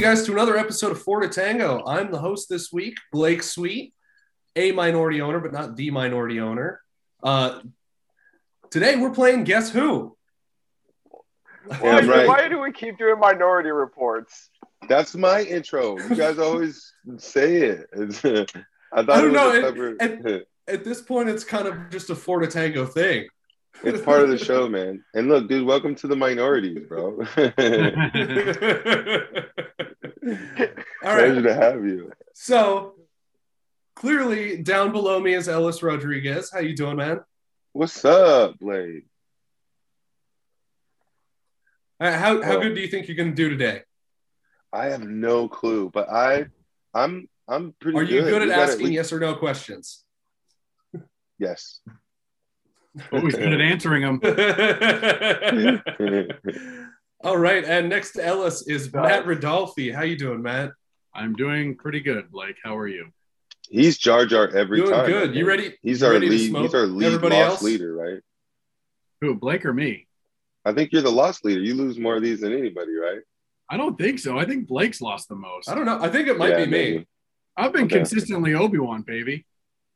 guys to another episode of Four to Tango. I'm the host this week, Blake Sweet, a minority owner, but not the minority owner. Uh, today we're playing Guess Who? Why, Yeah, right. why do we keep doing minority reports? That's my intro. You guys always say it. It's- I thought I don't it was know, a it- separate- At this point, it's kind of just a Four to Tango thing. it's part of the show, man. And look, dude, welcome to the minorities, bro. Pleasure All right. to have you. So clearly, down below me is Ellis Rodriguez. How you doing, man? What's up, Blade? Uh, How how Oh. good do you think you're gonna do today? I have no clue, but I, I'm, I'm pretty. Are you good at We gotta- asking we- yes or no questions? Yes. Always good at answering them. All right, and next to Ellis is Matt Rodolfi. How you doing, Matt? I'm doing pretty good. Like, how are you? He's Jar Jar every doing time. good. man. You ready? He's you our ready to lead. smoke He's our lead everybody lost else? leader, right? Who, Blake or me? I think you're the lost leader. You lose more of these than anybody, right? I don't think so. I think Blake's lost the most. I don't know. I think it might Yeah, be me. maybe. I've been Okay. consistently Obi Wan, baby.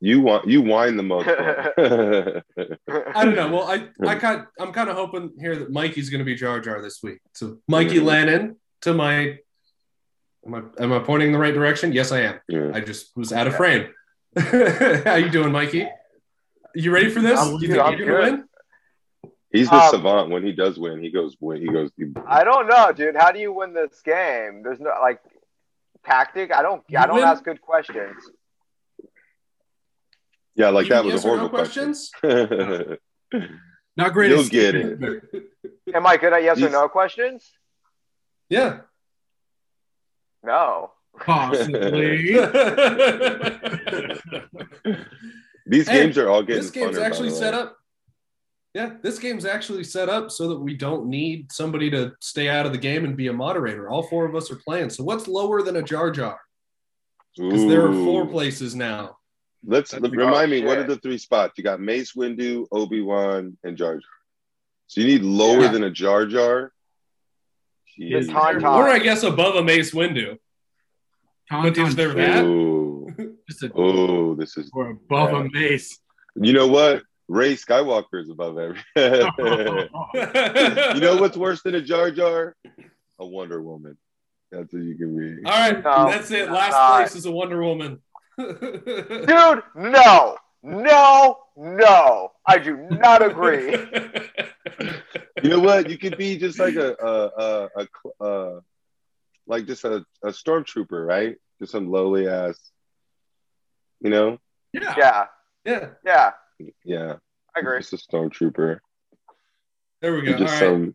You want you whine the most. man. I don't know. Well, I I kind I'm kind of hoping here that Mikey's going to be Jar Jar this week. So Mikey Mhm. Lannon to my am I am I pointing in the right direction? Yes, I am. Yeah. I just was out of frame. How you doing, Mikey? You ready for this? I'm Do you good. think I'm you're going to win? He's the Um, savant. When he does win, he goes win. He goes. He, I don't know, dude. How do you win this game? There's no like tactic. I don't. You I don't win- ask good questions. yeah, like Even that was a yes or no horrible question. questions? Not great. You'll at- get it. Am I good at yes or He's- no questions? Yeah. No. Possibly. These Hey, games are all getting. this game's funner, by actually the way. set up. Yeah, this game's actually set up so that we don't need somebody to stay out of the game and be a moderator. All four of us are playing. So what's lower than a Jar Jar? Because there are four Ooh. places now. Let's That'd be- remind Oh, me. What are shit. the three spots? You got Mace Windu, Obi Wan, and Jar Jar. So you need lower Yeah. than a Jar Jar. Yes, Jeez. Tauntaun. Or I guess above a Mace Windu. But Tauntaun if they're Shrimp, that- Ooh. just a- Oh, this is. or above a mace. You know what? Ray Skywalker is above every. Oh, you know what's worse than a Jar Jar? A Wonder Woman. That's what you can be. All right, No, that's it. I'm Last not. place is a Wonder Woman. Dude, no, no, no. I do not agree. You know what? You could be just like a a a, a, cl- uh like just a, a stormtrooper, right? Just some lowly ass. You know? Yeah. yeah, yeah, yeah. Yeah. I agree. Just a stormtrooper. there we go. You're All just right. some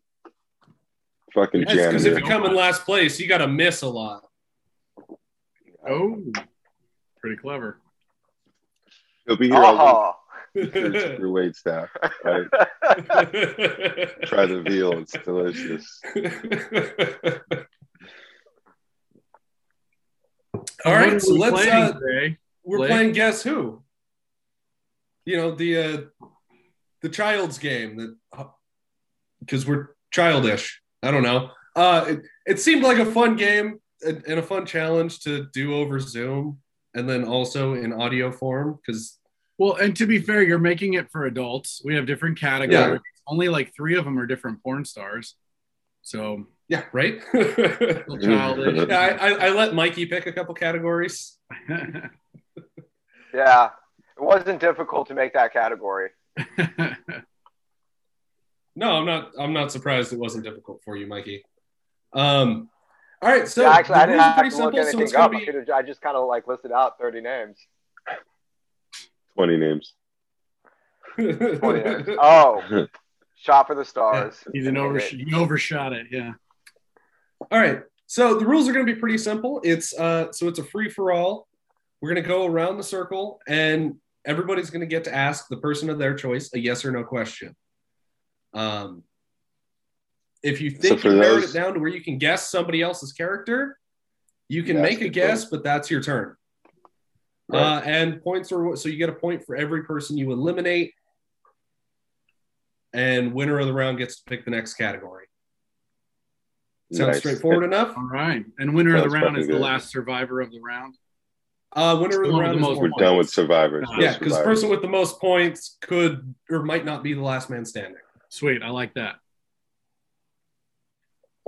fucking That's because if janitor. you come in last place, you got to miss a lot. Oh, pretty clever. He'll be here all Oh, week. Your wait staff. Right? Try the veal. It's delicious. All What are right, so we let's. playing Uh, today? we're Blake? playing Guess Who. You know the uh, the child's game that because we're childish. I don't know. Uh, it, it seemed like a fun game and, and a fun challenge to do over Zoom and then also in audio form because Well, and to be fair, you're making it for adults. We have different categories. Only like three of them are different porn stars. So, um, yeah, right. a little childish. Yeah, I, I, I let Mikey pick a couple categories. yeah. It wasn't difficult to make that category. No, I'm not. I'm not surprised it wasn't difficult for you, Mikey. Um, all right. So yeah, actually, the I didn't rules are have to pretty simple, so look anything it's up. gonna I be could've- I just kind of like listed out 30 names. Twenty names. Oh, yeah. oh shot for the stars. He's an oversh- he overshot it. Yeah. All right. So the rules are going to be pretty simple. It's uh, so it's a free for all. We're going to go around the circle, and everybody's going to get to ask the person of their choice a yes or no question. Um, if you think for you narrowed those- it down to where you can guess somebody else's character, you can You ask make a it guess, but that's your turn. Right. Uh, and points are so you get a point for every person you eliminate, and winner of the round gets to pick the next category. Sounds Nice. straightforward enough. All right. And winner of the Sounds round is fucking the good. last survivor of the round. Uh, winner of the One of round the is most- more We're points. done with survivors. Yeah, No Yeah, because the survivors. person with the most points could or might not be the last man standing. Sweet. I like that.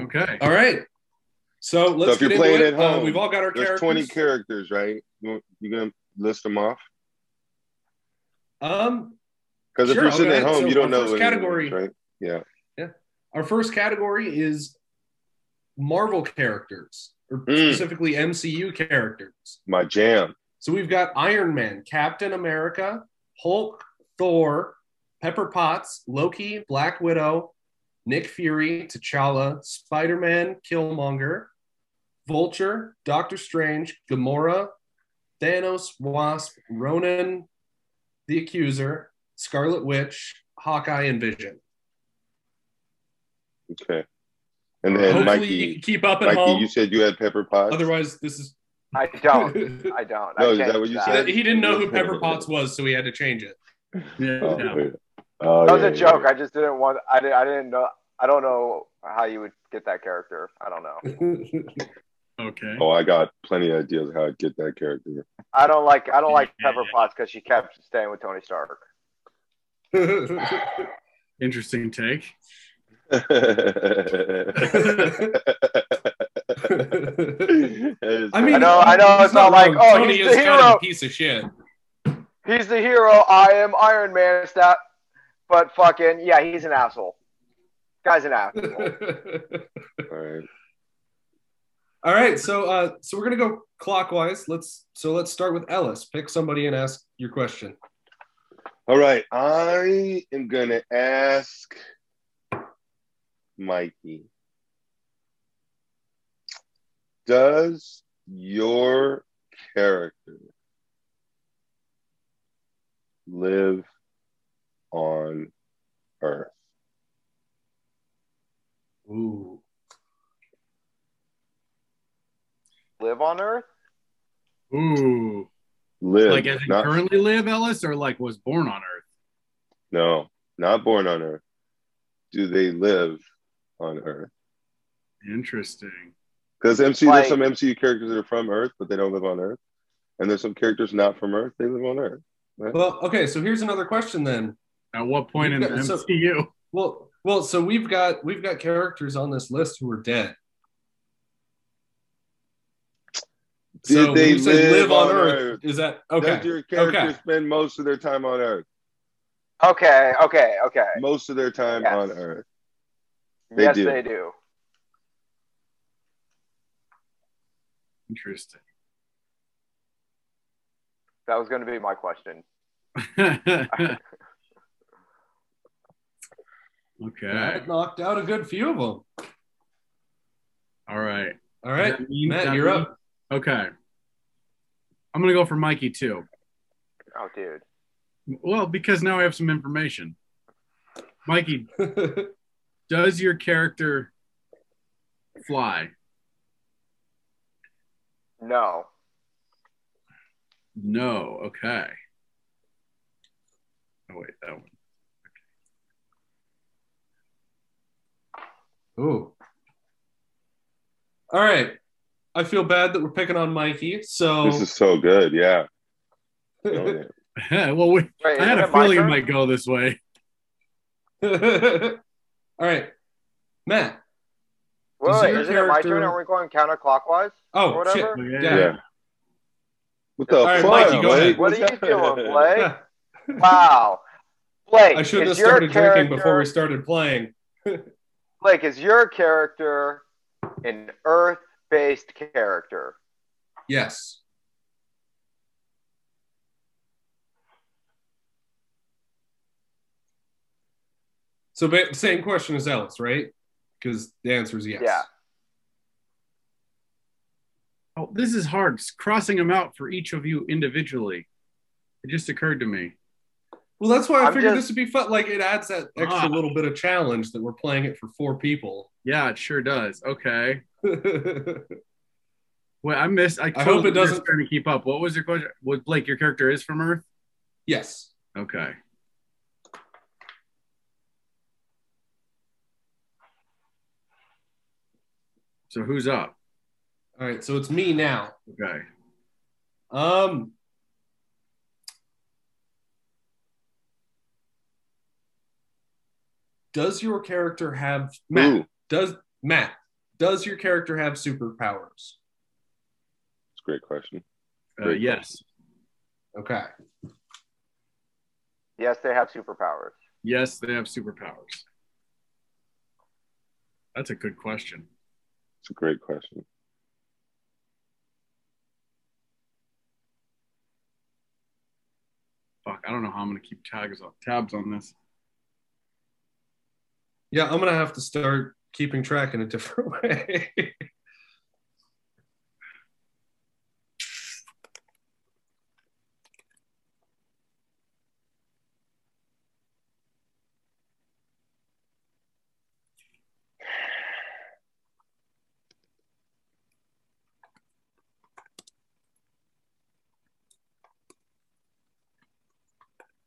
Okay. All right. So let's if you're get into playing it. at home, Uh, we've all got our characters. There's 20 characters, right? You you gonna list them off? um, Because if Sure, you're I'll sitting go at ahead. home, So you don't our know first what it is, category- right? Yeah. our first category is Marvel characters, or Mm. specifically MCU characters. My jam. So we've got Iron Man, Captain America, Hulk, Thor, Pepper Potts, Loki, Black Widow, Nick Fury, T'Challa, Spider Man, Killmonger, Vulture, Doctor Strange, Gamora, Thanos, Wasp, Ronan, The Accuser, Scarlet Witch, Hawkeye, and Vision. Okay. And then Hopefully Mikey, you can keep up at Mikey, home. you said you had Pepper Potts. Otherwise, this is. I don't. I don't. No, I is that changed what you he said? didn't- he didn't know who Pepper Potts was, so he had to change it. Yeah. Oh, yeah. yeah. Oh, That was yeah, a joke. yeah. I just didn't want. I didn't. I didn't know. I don't know how you would get that character. I don't know. Okay. Oh, I got plenty of ideas how I'd get that character. I don't like. I don't like Pepper Potts because she kept staying with Tony Stark. Interesting take. I mean, I know- I know, he's it's not like, wrong. oh, Tony he's is the kind of hero. a piece of shit. He's the hero. I am Iron Man. Stop. But fucking yeah, he's an asshole. Guy's an asshole. All right. All right, so uh, so we're gonna go clockwise. Let's so let's start with Ellis. Pick somebody and ask your question. All right. I am going to ask Mikey Does your character live on Earth? Ooh, Live on Earth. Ooh. Live. Like as in not, currently live Ellis or like was born on Earth? no, not born on Earth. Do they live on Earth? Interesting. Because MC, Like- there's some MCU characters that are from Earth, but they don't live on Earth, and there's some characters not from Earth. They live on Earth. well, okay. So here's another question then. At what point in the Yeah, so- MCU? Well, well, so we've got we've got characters on this list who are dead. Did so they when you say live live on, on Earth, Earth? Is that Does okay? your character Okay. spend most of their time on Earth? Okay. Okay. Okay. Most of their time Yes. on Earth. They yes, do. they do. Interesting. That was going to be my question. okay. That knocked out a good few of them. All right. All right, That means- Matt, that you're up. means- Okay. I'm gonna go for Mikey too. Oh, dude. Well, because now I have some information. Mikey, does your character fly? No. No. Okay. Oh wait, that one. Ooh. All right. I feel bad that we're picking on Mikey. So This is so good. Yeah. Oh, yeah. well, we, Wait, I had isn't a it my feeling it turn? might go this way. all right, Matt. Wait, Is wait, your isn't it my turn? character- Are we going counterclockwise? Oh Whatever. shit. yeah. Yeah. What the All right, fuck? Mikey, go Blake? ahead. What are you What's up? doing, Blake? Yeah. Wow. Blake, I should have is your started drinking character, before we started playing. Blake, is your character an Earth-based character? Yes. So ba- same question as Ellis, right? Because the answer is yes. Yeah. Oh, this is hard. It's Crossing them out for each of you individually. It just occurred to me. Well, that's why I I'm figured just- this would be fun. Like it adds that extra Ah. little bit of challenge that we're playing it for four people. Yeah, it sure does. Okay. All Well, I missed. I, hope totally it doesn't- missed Trying to keep up. What was your question? What Blake? Your character is from Earth. Yes. Okay. So who's up? All right, so it's me now. Okay. Um, does your character have Matt? Ooh, it's Does Matt? Does your character have superpowers? a great question. Uh, yes. Okay. Yes, they have superpowers. Yes, they have superpowers. That's a good question. It's a great question. Fuck, I don't know how I'm gonna keep tabs on tabs on this. Yeah, I'm gonna have to start keeping track in a different way.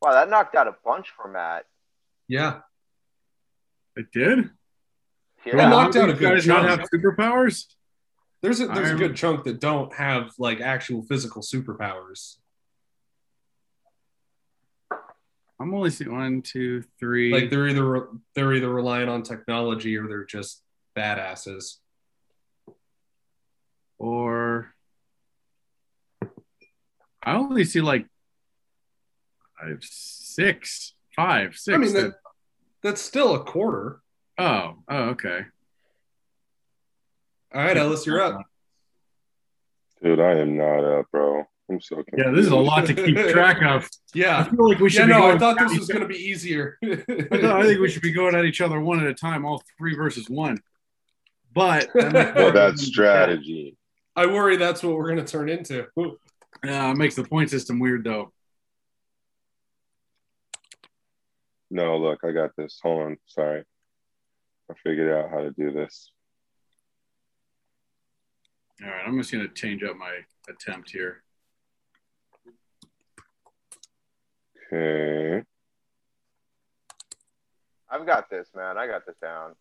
Wow, that knocked out a bunch for Matt. yeah. It did. It Yeah. knocked out a You good guys not chunk. have superpowers. There's a there's a I'm- good chunk that don't have like actual physical superpowers. I'm only seeing one, two, three. Like they're either they're either relying on technology or they're just badasses. or I only see like five, six, five, six. I mean that- that, that's still a quarter. oh, oh, okay. All right, Ellis, you're up. Dude, I am not up, bro. I'm so confused. Yeah, this is a lot to keep track of. I Yeah. feel like we Yeah, should. be no, I going thought at this was each- going to be easier. I, thought- I think we should be going at each other one at a time, all three versus one. But that makes- Well, that's strategy. I worry that's what we're going to turn into. Yeah, it makes the point system weird though. No, look, I got this. Hold on. Sorry. I figured out how to do this. All right, I'm just gonna change up my attempt here. Okay. I've got this, man. I got this down.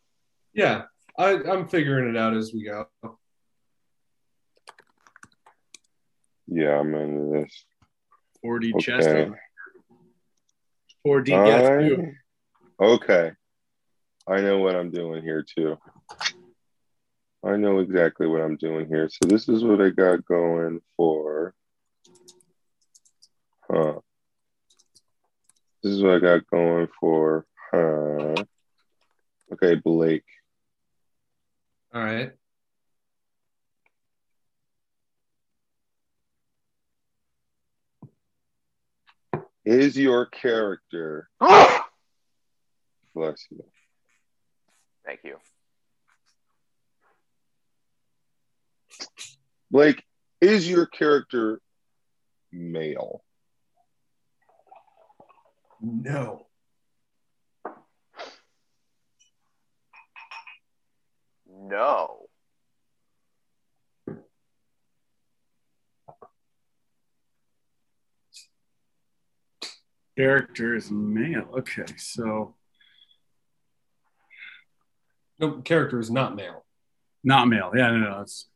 Yeah, I, I'm figuring it out as we go. Yeah, I'm into this. 4D Okay. chest, 4D I- guess. Okay. I know what I'm doing here too. I know exactly what I'm doing here. So this is what I got going for. Huh. This is what I got going for. Huh. Okay, Blake. All right. Is your character bless you? Thank you. Blake, is your character male? No. No. Character is male. Okay, so No, character is not male. not male. Yeah, no, no. It's,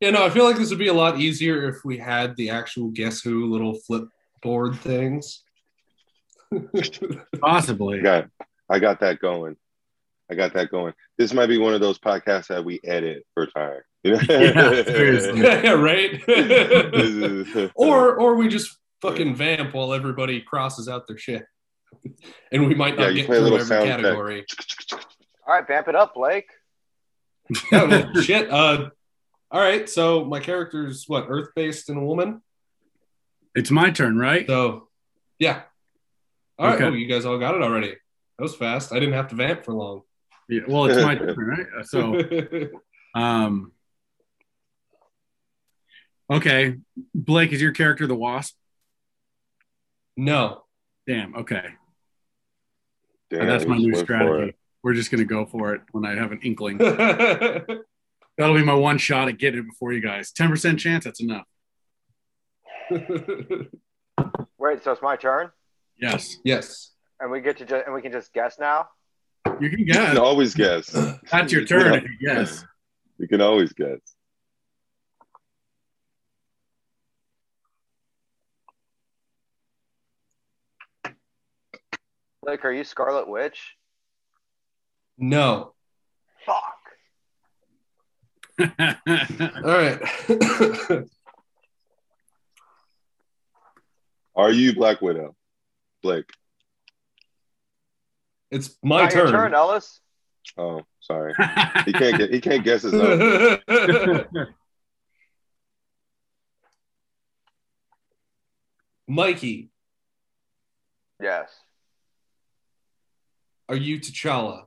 Yeah, no, I feel like this would be a lot easier if we had the actual guess who little flip board things. Possibly. I got I got that going. I got that going. This might be one of those podcasts that we edit for time. You know? Yeah, seriously. yeah, right? This is- or or we just fucking vamp while everybody crosses out their shit. And we might Yeah, not you get play a through little every sound effect. category. All right, vamp it up, Blake. Yeah, well, shit. Uh, all right, so my character's what, earth based and a woman? It's my turn, right? So, yeah. All right. Okay. Oh, you guys all got it already. That was fast. I didn't have to vamp for long. Yeah, well, it's my turn, right? Uh, So, um, okay, Blake, is your character the Wasp? no. Damn. Okay, Damn, that's we my just new went for strategy. it. We're just gonna go for it when I have an inkling. All That'll be my one shot at getting it before you guys. Ten percent chance. That's enough. Wait, so it's my turn, Yes. Yes. and we get to ju- and we can just guess now. You can You can guess. always guess. That's your turn if you guess. You can always guess. Like, are you Scarlet Witch? No. Fuck. All right. Are you Black Widow? Blake. it's my Not turn. Your turn, Ellis. Oh, sorry. He can't get he can't guess his own. Mikey, Yes. are you T'Challa?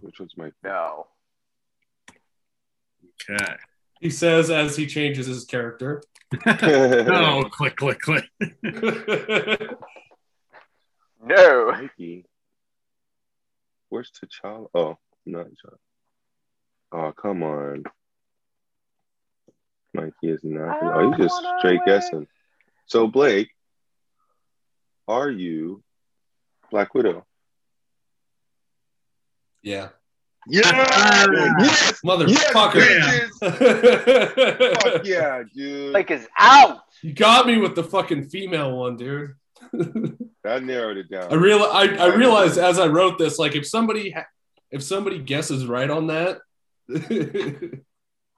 Which one's my No. okay. He says as he changes his character. Oh, click, click, click. No. Mikey. Where's T'Challa? Oh, not T'Challa. Oh, come on. Mikey is not. Oh, he's just wanna straight win. guessing. So, Blake, are you Black Widow? yeah. Yeah! yes! Motherfucker. Yes, bitches! Fuck yeah, dude. Blake is out. you got me with the fucking female one, dude. I narrowed it down. I real I, I realized as I wrote this, like if somebody ha- if somebody guesses right on that, it's-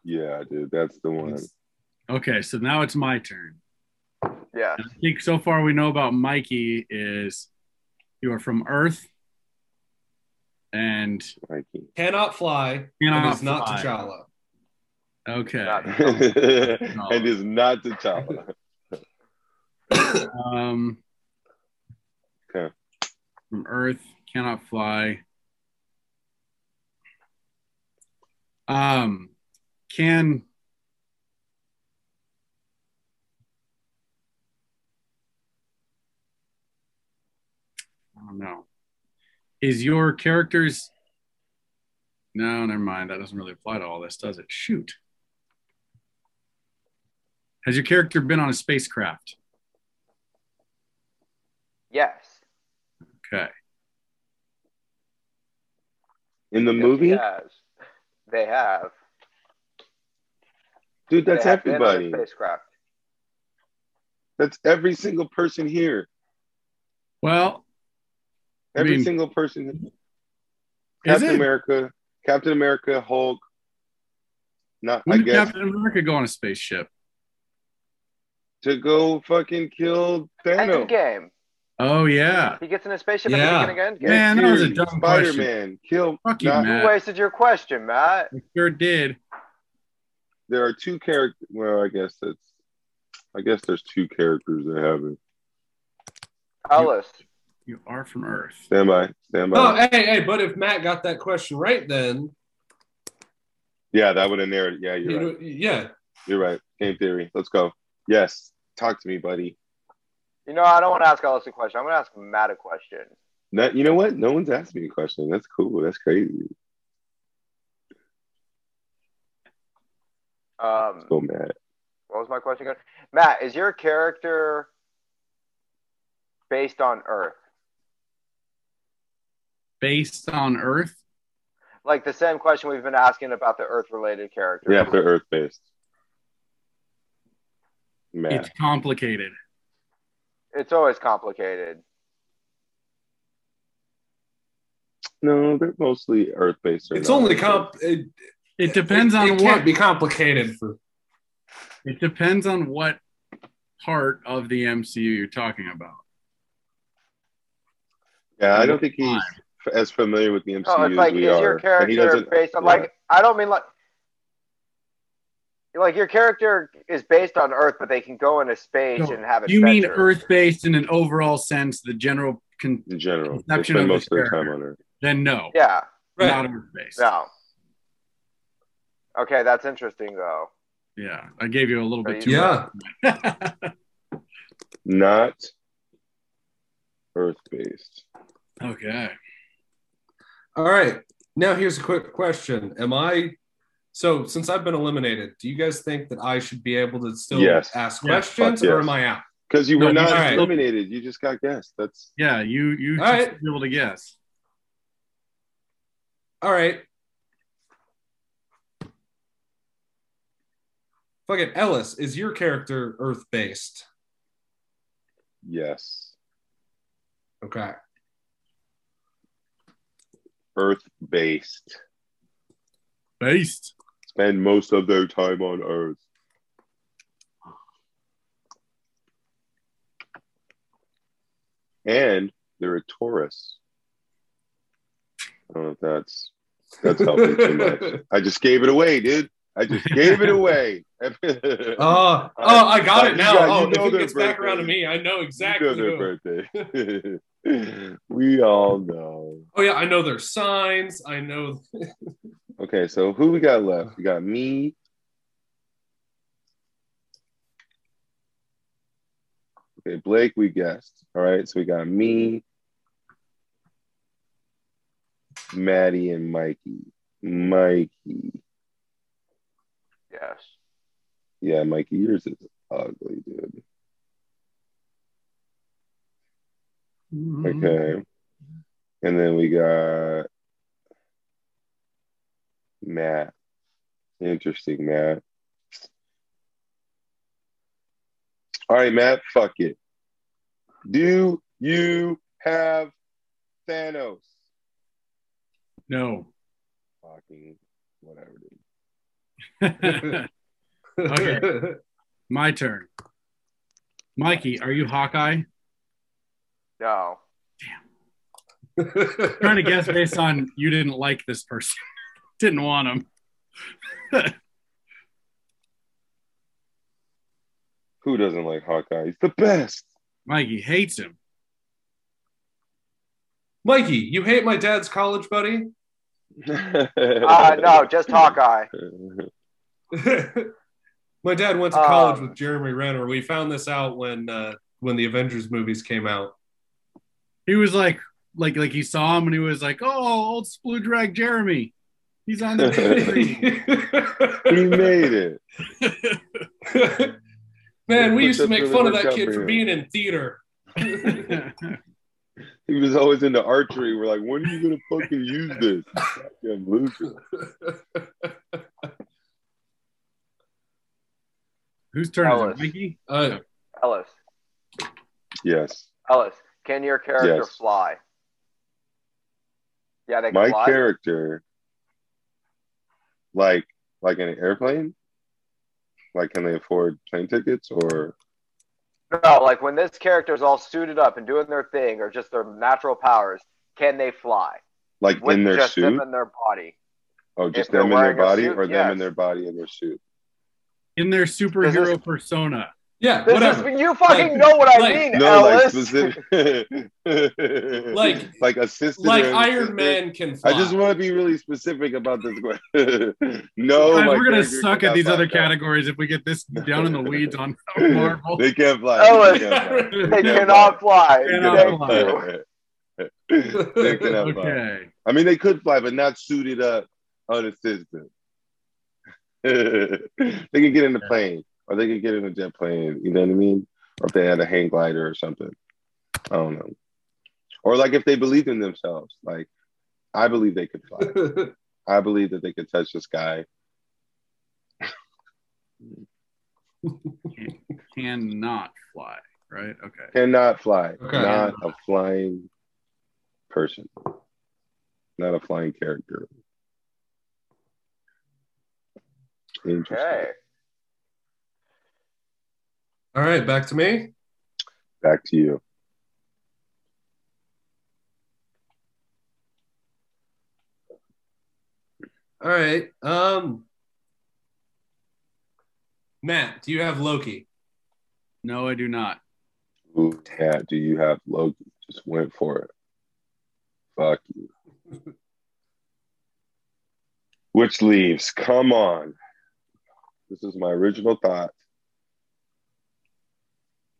yeah, dude, that's the one. Okay, so now it's my turn. Yeah. I think so far we know about Mikey is you are from Earth and Mikey. cannot fly. and cannot it's not fly. T'Challa. Okay. Not- and is not T'Challa. Um, Okay. From Earth, cannot fly. Um, can. I don't know. Is your character's. No, never mind. That doesn't really apply to all this, does it? Shoot. Has your character been on a spacecraft? Yes. Okay. In the Yes, movie? he has. They have. Dude, that's They have been on a everybody. Spacecraft. That's every single person here. Well, I Every mean- single person. Is Captain it? America, Captain America, Hulk. Not, when I did guess Captain America go on a spaceship? to go fucking kill Thanos. Endgame. Oh yeah. He gets in a spaceship Yeah. at the beginning of Endgame. Man, that was a dumb Spider question. Man, kill. Fuck you, Nah, Matt. You wasted your question, Matt. I sure did. there are two characters. Well, I guess that's. I guess there's two characters that have it. Ellis. You are from Earth. Stand by. Stand by. Oh, eh. hey, hey, but if Matt got that question right, then yeah, that would have narrowed. it. Yeah, you're you right. know, yeah, You're right. Game theory. Let's go. Yes. Talk to me, buddy. You know, I don't want to ask Ellis a question. I'm going to ask Matt a question. That, you know what? No one's asked me a question. That's cool. That's crazy. Um, So mad. what was my question again? Matt, is your character based on Earth? Based on Earth. Like the same question we've been asking about the Earth related characters. Yeah, they're earth based. Math. It's complicated. It's always complicated. No, they're mostly earth based. it's only comp. It, It depends it- on it what can't be complicated for. it depends on what part of the MCU you're talking about. Yeah, I don't think he's f- as familiar with the MCU No, Oh, it's like, as we is are. your And he character doesn't- based on, yeah. like, I don't mean like, like your character is based on Earth, but they can go into space No, and have adventures. You mean Earth based in an overall sense, the general con- in general. They conception spend of the most of their time character. on Earth. then no. Yeah, Right. Not Earth based. no. Okay, that's interesting though. Yeah. I gave you a little bit too Yeah. much. Not earth based. okay. All right. Now here's a quick question: Am I So since I've been eliminated, do you guys think that I should be able to still Yes. ask Yeah. questions, Fuck or yes. am I out? Because you No, were you not got it. eliminated. You just got guessed. That's Yeah, you you All should right. be able to guess. All right. Fuck it, Ellis. Is your character Earth based? yes. Okay. Earth based. Based. Spend most of their time on Earth. And they're a Taurus. I don't know if that's that's helping too much. I just gave it away, dude. I just gave it away. Oh, oh, I got Uh, it you now. got- you oh, if know it their gets back birthday. around to me, I know exactly. You know who. their birthday. we all know. Oh yeah, I know their signs. I know. Okay, so who we got left? We got me. Okay, Blake, we guessed. All right, so we got me, Maddie, and Mikey. Mikey. Yes. Yeah, Mikey, yours is ugly, dude. Mm-hmm. Okay. And then we got Matt. Interesting, Matt. All right, Matt, fuck it. Do you have Thanos? No. Fucking whatever, dude. Okay. My turn. Mikey, are you Hawkeye? No. trying to guess based on you didn't like this person, didn't want him. Who doesn't like Hawkeye? He's the best. Mikey hates him. Mikey, you hate my dad's college buddy. Uh, no, just Hawkeye. my dad went to college Um. with Jeremy Renner. We found this out when uh, when the Avengers movies came out. He was like, like, like he saw him and he was like, "Oh, old Splue Drag Jeremy, he's on the." He Man, made it. we used to make Really fun of worked that out kid for for you. being in theater. He was always into archery. We're like, when are you gonna fucking use this? Goddamn loser. Whose turn is it, Ellis. Mikey? Uh, Ellis. Yes. Ellis, can your character Yes. fly? Yeah, they can my fly. character like like an airplane like can they afford plane tickets or no, like when this character's all suited up and doing their thing or just their natural powers, can they fly? like With in their just suit them in their body. oh just if they're them in their wearing a body suit, or them in yes. their body and their suit In their superhero Does persona. yeah, This whatever. is, you fucking Like- know what I like- mean, no like Ellis. specific Like- like assistant Like or Iron assistant. Man can fly. I just want to be really specific about this question. no, Guys, Oh my we're gonna character suck at cannot these fly. other No. categories if we get this down in the weeds on Marvel. They can't fly. Ellis. They they can't fly. can't cannot fly. They Cannot Thank fly. you. they cannot fly. Okay. I mean, they could fly, but not suited up, unassisted. they could get in a plane, or they could get in a jet plane. You know what I mean? Or if they had a hang glider or something. I don't know. Or like if they believed in themselves. Like, I believe they could fly. I believe that they could touch the sky. Cannot fly. Right. Okay. Cannot fly. Okay. Not a flying person. Not a flying character. Interesting. Okay. All right, back to me. Back to you. All right. Um, Matt, do you have Loki? No, I do not. Ooh, Cat, do you have Loki? Just went for it. Fuck you. Which leaves? Come on. This is my original thought.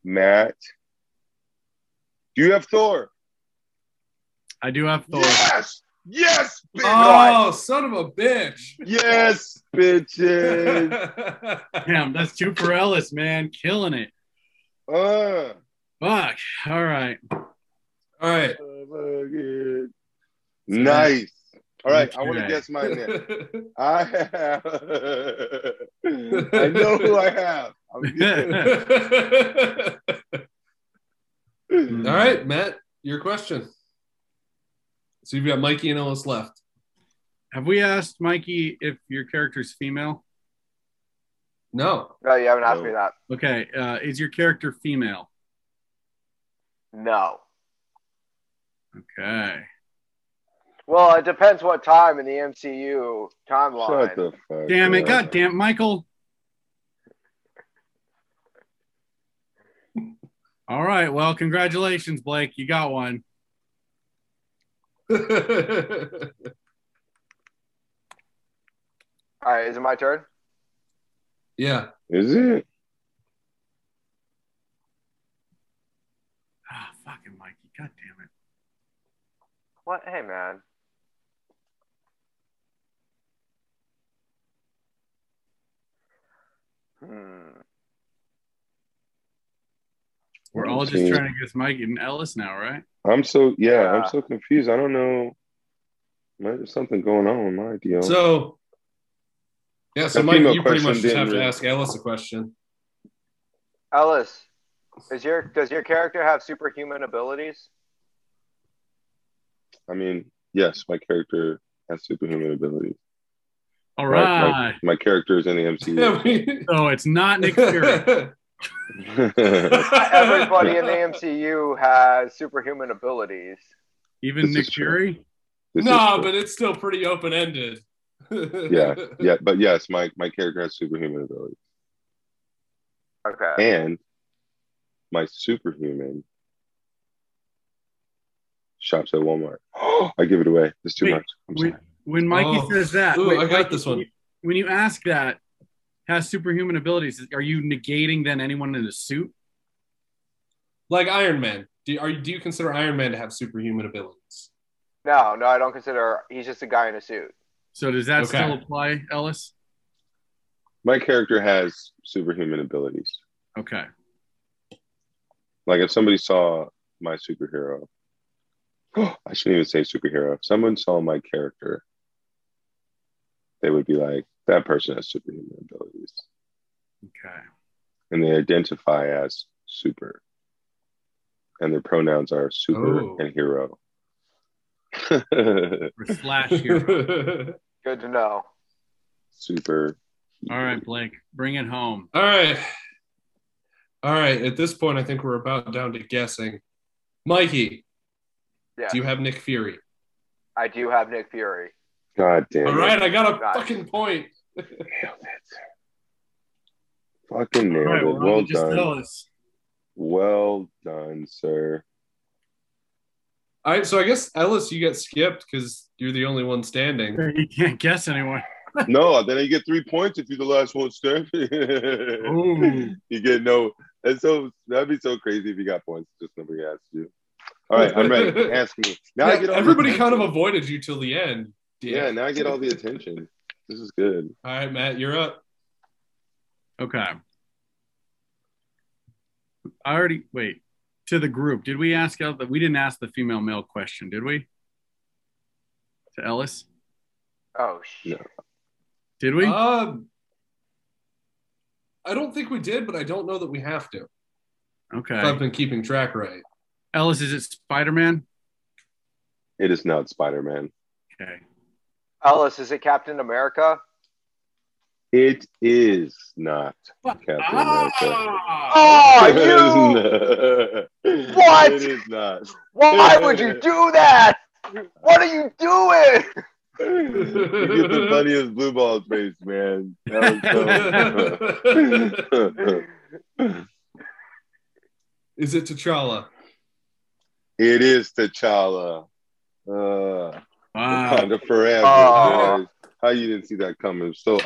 Matt, do you have Thor? I do have Thor. Yes! Yes, bitch. Oh, son of a bitch. Yes, bitches. Damn, that's two for Ellis, man. Killing it. Uh, Fuck. All right. All right. fuck it. nice. All right, I want to Okay. guess mine next. I have. I know who I have. I'm guessing. All right, Matt, your question. So you've got Mikey and Ellis left. Have we asked Mikey if your character's female? No. No, you haven't asked No. me that. Okay. Uh, is your character female? No. Okay. Well, it depends what time in the MCU timeline. Shut the fuck. Damn it. up. God damn, Michael. All right. Well, congratulations, Blake. You got one. All right, is it my turn? yeah. Is it? Ah, fucking Mikey. God damn it. What? Hey, man. Hmm. We're all just Okay. trying to guess Mikey and Ellis now, right? I'm so yeah, Yeah. I'm so confused. I don't know. Might- There's something going on with my deal. So yeah, so That Mike, female you pretty question much just didn't have to really- ask Ellis a question. Ellis, is your does your character have superhuman abilities? I mean, yes, my character has superhuman abilities. All Right, right. My character is in the MCU. Yeah, we- So it's not Nick Fury. Everybody in the MCU has superhuman abilities. Even This Nick is true. Fury? This is no, true. but it's still pretty open ended. yeah, yeah, but yes, my my character has superhuman abilities, Okay. and my superhuman shops at Walmart. I give it away. It's too Wait, much. I'm wait. sorry. When Mikey Oh. says that, Ooh, wait, I got Mikey, this one. when you- When you ask that, has superhuman abilities, are you negating then anyone in a suit? Like Iron Man. Do, are, you- do you consider Iron Man to have superhuman abilities? No, no, I don't consider. He's just a guy in a suit. So does that Okay. still apply, Ellis? My character has superhuman abilities. Okay. Like if somebody saw my superhero, I shouldn't even say superhero. If someone saw my character, they would be like, "That person has superhuman abilities," Okay. and they identify as super, and their pronouns are super Oh. and hero. Or slash hero. Good to know. super. All right, Blake, bring it home. All right. All right. At this point, I think we're about down to guessing. Mikey, Yeah, do you have Nick Fury? I do have Nick Fury. God damn All it! right. I got a Got it. fucking point. Nailed it. Fucking nailed All right, it. we're on Well to just done. Ellis. Well done, sir. All right. So I guess, Ellis, you get skipped because you're the only one standing. You can't guess anyone. no, then you get three points if you're the last one standing. Ooh. you get no. That's so that'd be so crazy if you got points. Just nobody asked you. All right, I'm ready. Ask me. Now I Yeah, get all everybody the kind of avoided you till the end. yeah. Now I get all the attention. This is good. All right, Matt, you're up. Okay. I already wait to the group. Did we ask out that we didn't ask the female male question, did we? To Ellis? Oh shit. Did we? Um, I don't think we did, but I don't know that we have to. okay. If I've been keeping track right. Ellis, is it Spider Man? It is not Spider Man. Okay. Ellis, is it Captain America? It is not Captain Ah! America. Oh, It you! is not. What? It is not. Why would you do that? What are you doing? you get the funniest blue ball face, man. That was so- Is it T'Challa? It is T'Challa. Uh, Wow. the forever. Aw. guys. How you didn't see that coming? So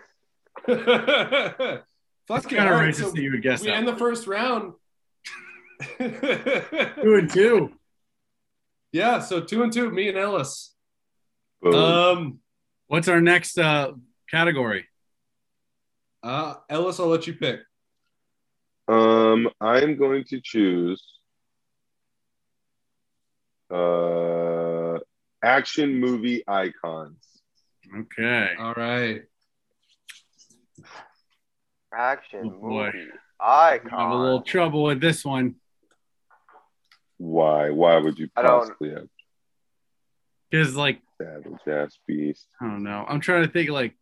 right. Fuck That's kind of all right, racist so that you would guess We that. end the first round. two and two. yeah, so two and two, me and Ellis. Boom. Um, What's our next uh, category? uh, Ellis, I'll let you pick. Um, I'm going to choose uh, action movie icons. Okay. All right. Action Oh, boy. movie I have a little icon. trouble with this one Why? Why would you I don't- possibly have because, like, Savage Ass Beast? I don't know. I'm trying to think like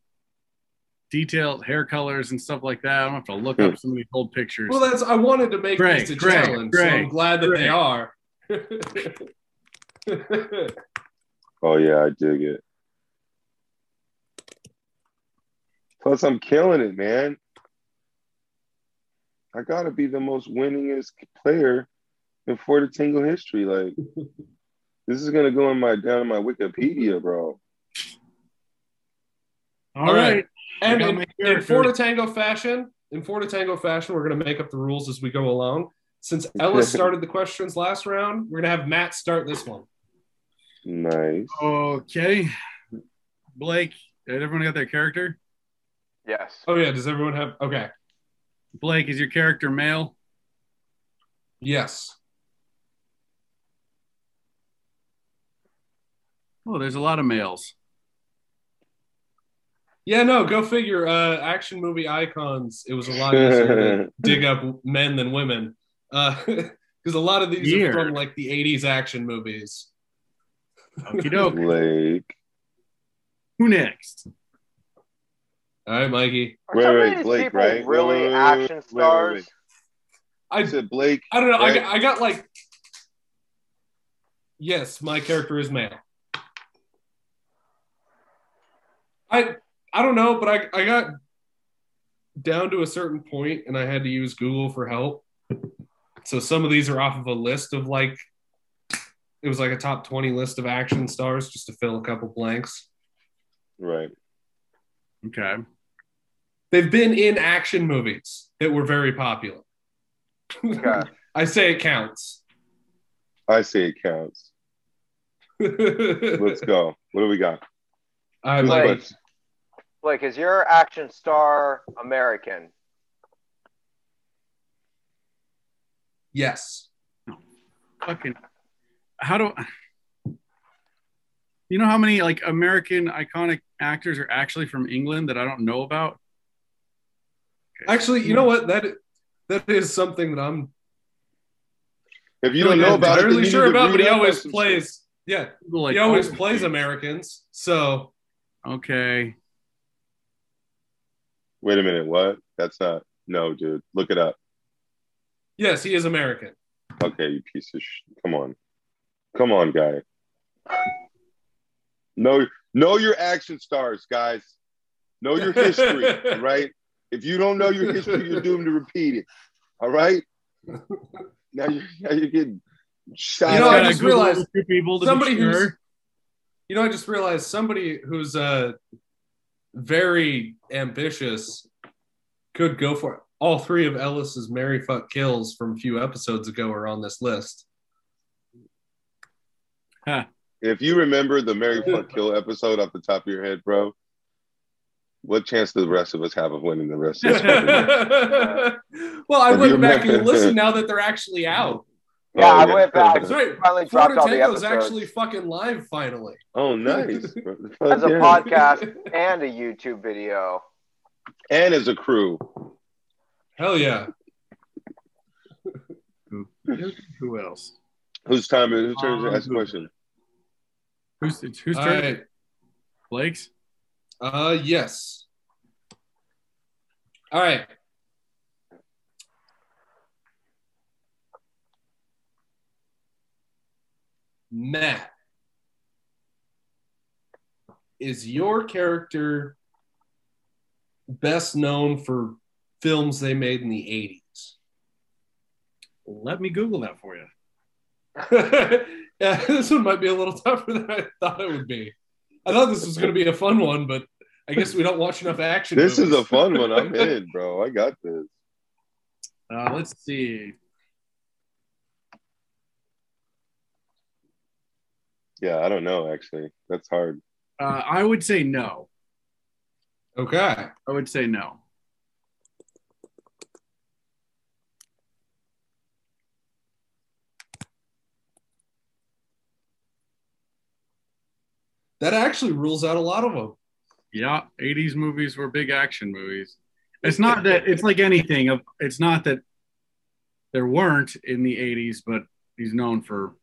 detailed hair colors and stuff like that. I'm gonna have to look up some of these old pictures. Well, that's I wanted to make Greg, this a Greg, challenge, so I'm Greg, glad that they Greg. are. Oh yeah, I dig it. Plus, I'm killing it, man. I gotta be the most winningest player in Florida Tingle history. Like, this is gonna go in my down in my Wikipedia, bro. All right. and gotta in, make in sure. Florida Tango fashion, in Florida Tango fashion, we're gonna make up the rules as we go along. Since Ellis started the questions last round, we're gonna have Matt start this one. Nice. Oh, Okay. Blake, did everyone got their character? Yes. Oh yeah, does everyone have? Okay, Blake, is your character male? yes. Oh, there's a lot of males. Yeah, no, go figure. Uh, action movie icons. It was a lot easier to dig up men than women, because a lot of these Year. are from like the '80s action movies. Okie doke. Blake. Who next? All right, Mikey. Are Wait, some wait, of these Blake, people right? Wait, really wait, wait, wait, wait, action wait, stars? wait. I I said Blake. I don't know. I, Right. got, I got like, yes, my character is male. I I don't know, but I I got down to a certain point, and I had to use Google for help. So some of these are off of a list of like, it was like a top twenty list of action stars, just to fill a couple blanks. Right. Okay. They've been in action movies that were very popular. Okay. I say it counts. I say it counts. Let's go. What do we got? I Who's like. Blake. first? Blake, is your action star American? Yes. Fucking. How do. You know how many like American iconic actors are actually from England that I don't know about? Actually, you know what? That that is something that I'm If you don't know about it, entirely then you sure need to about, but read he up on always some plays. Yeah, People like he always oh, plays Americans. So Okay. shit. Wait a minute. What? That's not. No, dude. Look it up. yes, he is American. Okay, you piece of sh- Come on. Come on, guy. Know, know your action stars, guys. Know your history, right? If you don't know your history, you're doomed to repeat it. All right? Now you're, now you're getting shot You know, I at. Gotta just Google realized two people to be Somebody sure. who's you know, I just realized somebody who's uh very ambitious could go for it. All three of Ellis's Mary Fuck Kills from a few episodes ago are on this list. If you remember the Mary Fuck Kill episode off the top of your head, bro, what chance do the rest of us have of winning the rest of this? tournament? well, I If you went back remember- and listened now that they're actually out. Yeah, Oh, I went back. That's right. Finally dropped Florida all the Tango's episodes actually fucking live finally. Oh, nice. bro. as a Fuck yeah. podcast and a YouTube video. and as a crew. Hell yeah. Who else? Whose time is whose turn is to ask a Um, question? Who's it's who's All turn? right. Blake's. Uh yes. All right. Matt. Is your character best known for films they made in the 80s? Let me Google that for you. yeah, this one might be a little tougher than I thought it would be. I thought this was going to be a fun one, but I guess we don't watch enough action. This is movies. a fun one. I'm in, bro. I got this. Uh, let's see. Yeah, I don't know actually. That's hard. Uh, I would say no. Okay. I would say no. That actually rules out a lot of them. Yeah, 80s movies were big action movies. It's not that it's like anything of it's not that there weren't in the 80s, but he's known for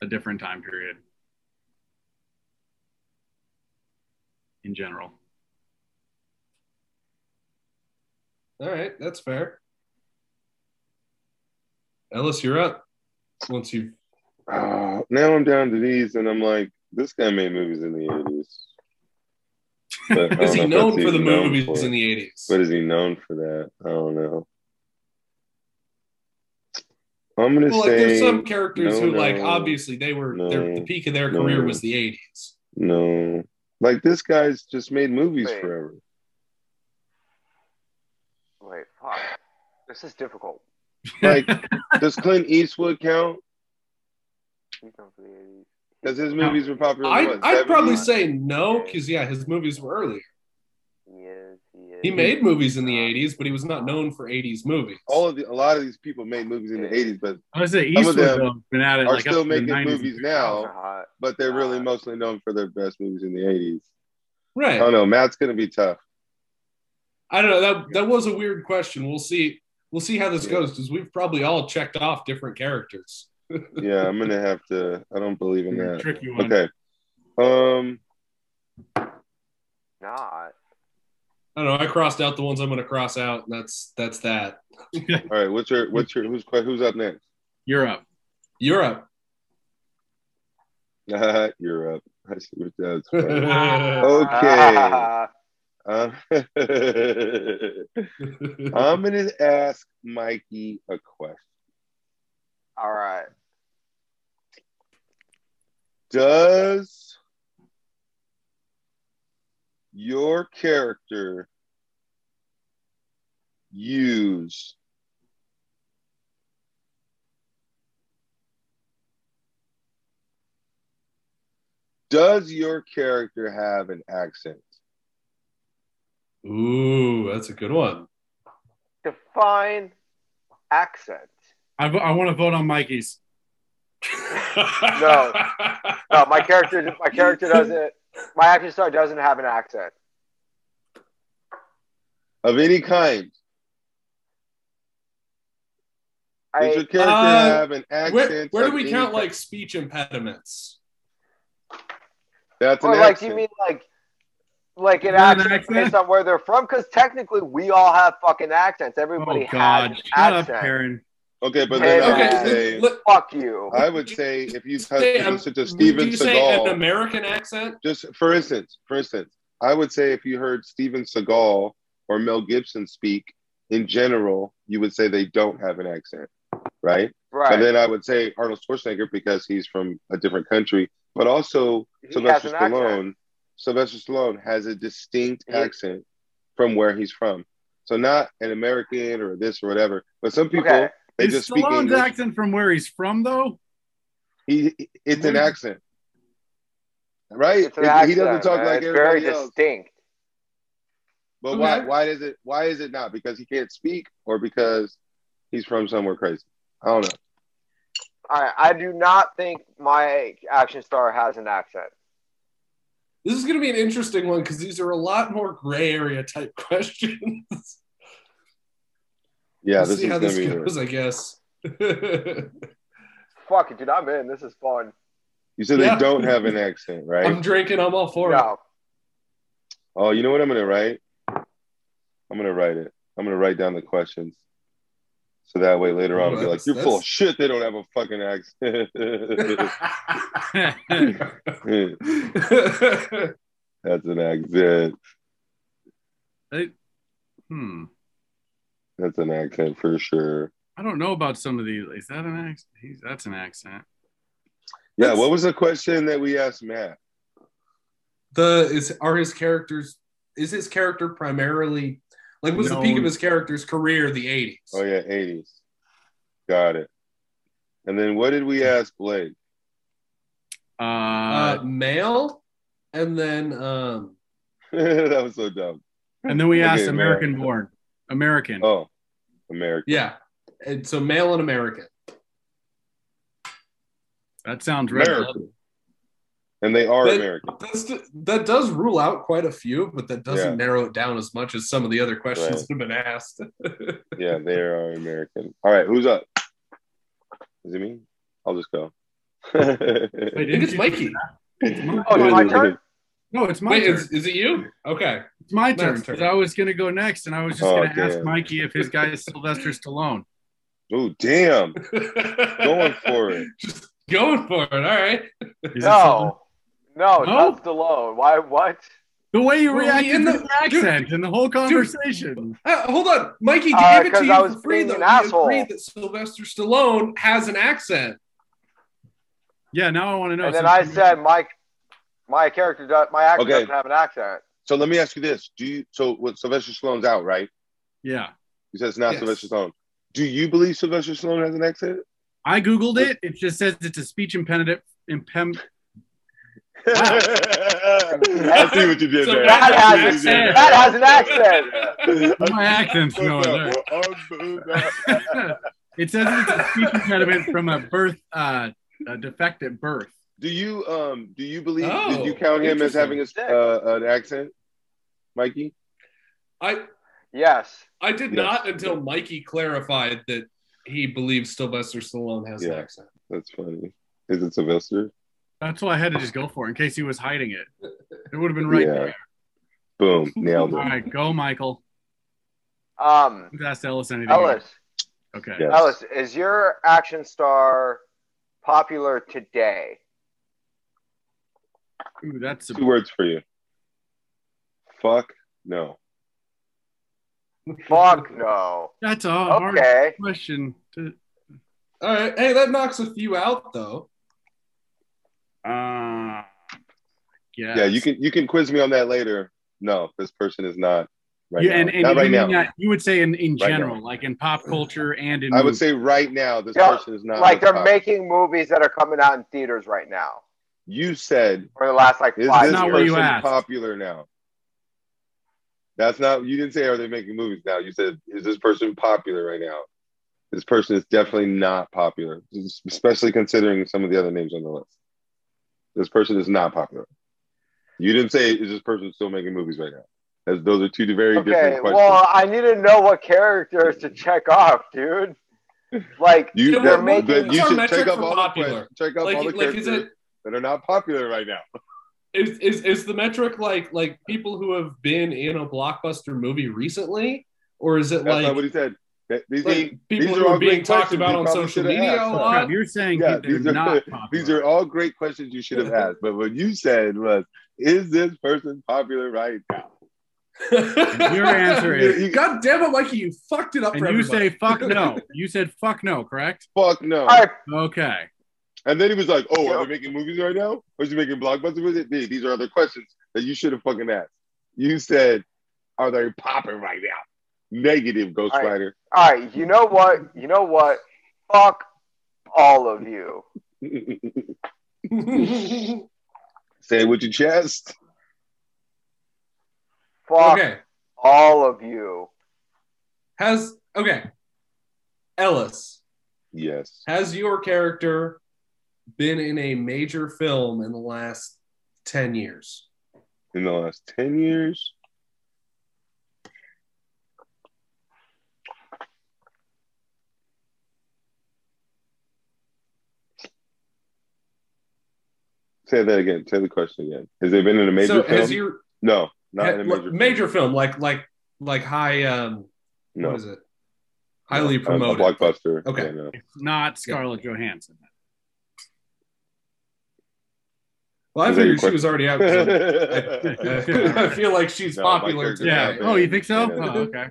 a different time period in general. All right, that's fair. Ellis, you're up. Once you Uh, now I'm down to these, and I'm like, this guy made movies in the 80s. But I don't is he know if known that's for the even known movies for it. in the eighties? But is he known for that? I don't know. I'm gonna Well, like say there's some characters no, who like no, obviously they were their, no, the peak of their no. career was the eighties. no. Like this guy's just made movies Wait. forever. Wait, fuck. This is difficult. Like, does Clint Eastwood count? He's known for the 80s. Because his movies were popular. in, I what, I'd probably 70s? say no because yeah, his movies were earlier. He is. He is. He made movies in the eighties, but he was not known for eighties movies. uh, all of the, a lot of these people made movies in the '80s, but I would say Some of Eastwood them though, has been at it are like up still to the making 90s. movies Those are now. hot. But they're really Uh, mostly known for their best movies in the '80s. I right. don't know. Matt's gonna be tough. I don't know. That that was a weird question. We'll see. We'll see how this Yeah. goes because we've probably all checked off different characters. Yeah, I'm gonna have to. I don't believe in that. Tricky one. Okay. Um. Not. I don't know. I crossed out the ones I'm going to cross out, and that's that's that. All right. What's your what's your who's who's up next? You're up. Europe. You're up. I see what that's. Funny. All Okay. Um, I'm gonna ask Mikey a question. All right. Does your character use Does your character have an accent? Ooh, that's a good one. Define accent. I, vo- I want to vote on Mikey's. no. No, my character. My character doesn't. My action star doesn't have an accent. Of any kind? Does your I, character Uh, have an accent? Where, where do of we any count kind? like speech impediments? that's an or like, accent. you mean like, like an Is that an accent, accent? based on where they're from? Because technically, we all have fucking accents. Everybody oh has God! an Shut up, accent. Karen. okay, but Hey, then I Okay, would man. say let- Fuck you. I would say if you touch say, um, such such a Steven do you say Seagal, an American accent? just for instance, for instance, I would say if you heard Steven Seagal or Mel Gibson speak in general, you would say they don't have an accent, right? right. And then I would say Arnold Schwarzenegger because he's from a different country, but also He Sylvester has an accent. Stallone. Sylvester Stallone has a distinct He- accent from where he's from. So not an American or this or whatever, but some people okay. they Is just speak Stallone's English. accent from where he's from though? He, he- it's an Where- accent, right? It's an He- accent. he doesn't talk man. like it's everybody very else. distinct. But why? Okay. Why does it? Why is it not? Because he can't speak, or because he's from somewhere crazy? I don't know. I, I do not think my action star has an accent. This is going to be an interesting one because these are a lot more gray area type questions. Yeah, We'll this see is how gonna this be. goes, I guess. Fuck it, dude. I'm in. This is fun. You said Yeah. they don't have an accent, right? I'm drinking. I'm all for No. Oh, you know what I'm gonna write? I'm gonna write it. I'm gonna write down the questions, so that way later on, I'll be Well, like, that's- "You're full of that's- shit. They don't have a fucking accent." it. That's an accent. hmm. That's an accent for sure. I don't know about some of these. Is that an accent? He's, that's an accent. Yeah. That's- what was the question that we asked Matt? the is are his characters is his character primarily like was the No. peak of his character's career the 80s? Oh yeah, eighties. Got it. And then what did we ask Blake? Uh, uh, male? and then um, that was so dumb. And then we Okay, asked American. American born. American. Oh, American. yeah, and so male and American. That sounds right. American. And they are But- American. That's, that does rule out quite a few, but that doesn't Yeah. narrow it down as much as some of the other questions that have been asked. Yeah, they are American. All right, who's up? Is it me? I'll just go. Wait, I think didn't it's you- Mikey. Oh, it's my turn? No, it's my Wait, turn. is, is it you? Okay. It's my Matt's turn. 'cause turn. I was going to go next, and I was just Oh, going to ask damn. Mikey if his guy is Sylvester Stallone. Oh, damn. going for it. Just going for it. All right. Is it Sylvester- No. No, No? not Stallone. Why? What? The way you Were we reacted in to the- the accent and the whole conversation. Uh, hold on. Mikey gave Uh, it 'cause to you I was for free, being though. an You asshole. agreed that Sylvester Stallone has an accent. Yeah, now I want to know. and then So- I said, Mike, my character, does, my actor Okay. doesn't have an accent. So let me ask you this. Do you so what Sylvester Stallone's out, right? Yeah. You said it's not Yes. Sylvester Stallone. Do you believe Sylvester Stallone has an accent? I Googled it. It just says it's a speech impediment. Impem- I see what you did So there. Matt I see has what you did an there. That has an accent. My accent's going there. it says it's a speech impediment from a birth, uh, a defect at birth. Do you um do you believe Oh, did you count him as having a, interesting. uh, an accent, Mikey? I, Yes. I did Yes. not until Mikey clarified that he believes Sylvester Stallone has Yeah. an accent. That's funny. Is it Sylvester? That's why I had to just go for it in case he was hiding it. It would have been right Yeah. there. Boom, nailed All it. right, go, Michael. Um, Let's ask Ellis anything. Ellis, Okay. Yeah. Yes. Ellis, is your action star popular today? Ooh, that's a, Two words for you. Fuck no. Fuck no. that's a hard Okay. question. To, All right. Hey, that knocks a few out, though. uh, Yeah, you can you can quiz me on that later. No, this person is not right you, now. and, and not you, right now. mean that- you would say in, in Right general, now. like in pop culture and in I would movies. say right now this Yeah, person is not like on they're top. making movies that are coming out in theaters right now You said for the last like is five this not years. where you person asked. popular now? That's not you didn't say are they making movies now. You said is this person popular right now? This person is definitely not popular, especially considering some of the other names on the list. This person is not popular. You didn't say is this person still making movies right now? That's, those are two very Okay, different questions. well, I need to know what characters to check off, dude. Like, You, Yeah, that, we're making- but what's you our should metric check up for all popular? the questions. Check up all the Like, like characters is it that are not popular right now. is, is is the metric like like people who have been in a blockbuster movie recently, or is it That's like, not what he said. That- These, like, ain't- people these who are are all being great talked questions about you on probably social should've media a asked. lot? Crap, Oh, you're saying Yeah, that they're these are- not these popular. are all great questions you should have asked. But what you said was, is this person popular right now? Your answer You- is, you- God damn it, Mikey, you fucked it up. and for you everybody. say fuck no. You said fuck no, correct? Fuck no. all right, Okay. And then he was like, oh, are they making movies right now? Or is he making blockbusters with it? Dude, These are other questions that you should have fucking asked. You said, are they popping right now? Negative, Ghost All right. Rider. all right. You know what? You know what? Fuck all of you. Say it with your chest. Fuck okay, all of you. has okay, Ellis, Yes. has your character been in a major film in the last ten years? in the last 10 years? Say that again. Say the question again. Has they been in a major so film? has your no, not ha- in a like, major. major film like like like high um No, what is it? Highly no, a- promoted. A blockbuster. Okay. Yeah, no. It's not Scarlett Johansson. Well, I Is that your figured she was already out. so I feel like she's No, my popular character- Yeah. today. Oh, you think so? Yeah. Oh, okay.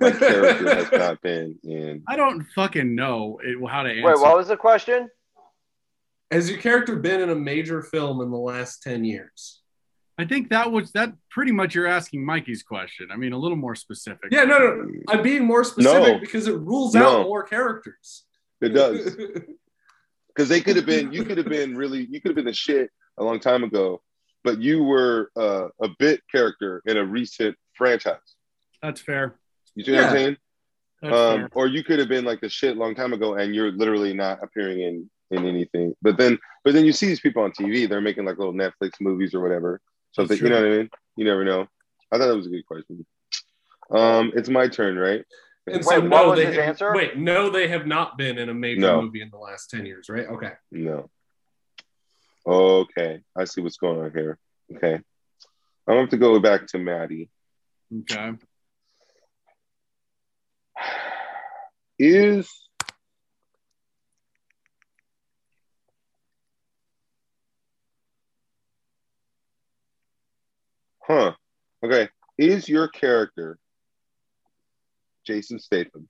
My character has not been in. I don't fucking know it, how to answer. Wait, what was the question? Has your character been in a major film in the last 10 years? I think that was that. Pretty much, you're asking Mikey's question. I mean, a little more specific. Yeah, no, no. I'm being more specific No. because it rules out No. more characters. It does. because they could have been you could have been really you could have been the shit a long time ago but you were uh, a bit character in a recent franchise. That's fair. You see what Yeah. I'm saying? That's Um, fair. or you could have been like the shit long time ago, and you're literally not appearing in in anything. But then, but then you see these people on TV; they're making like little Netflix movies or whatever. So That's you know what I mean? You never know. I thought that was a good question. Um, it's my turn, right? And Wait, so, what no, was they his have- answer? Wait, no, they have not been in a major No. movie in the last 10 years, right? Okay. No. Okay, I see what's going on here. Okay, I'm gonna have to go back to Maddie. Okay. is huh okay is your character jason statham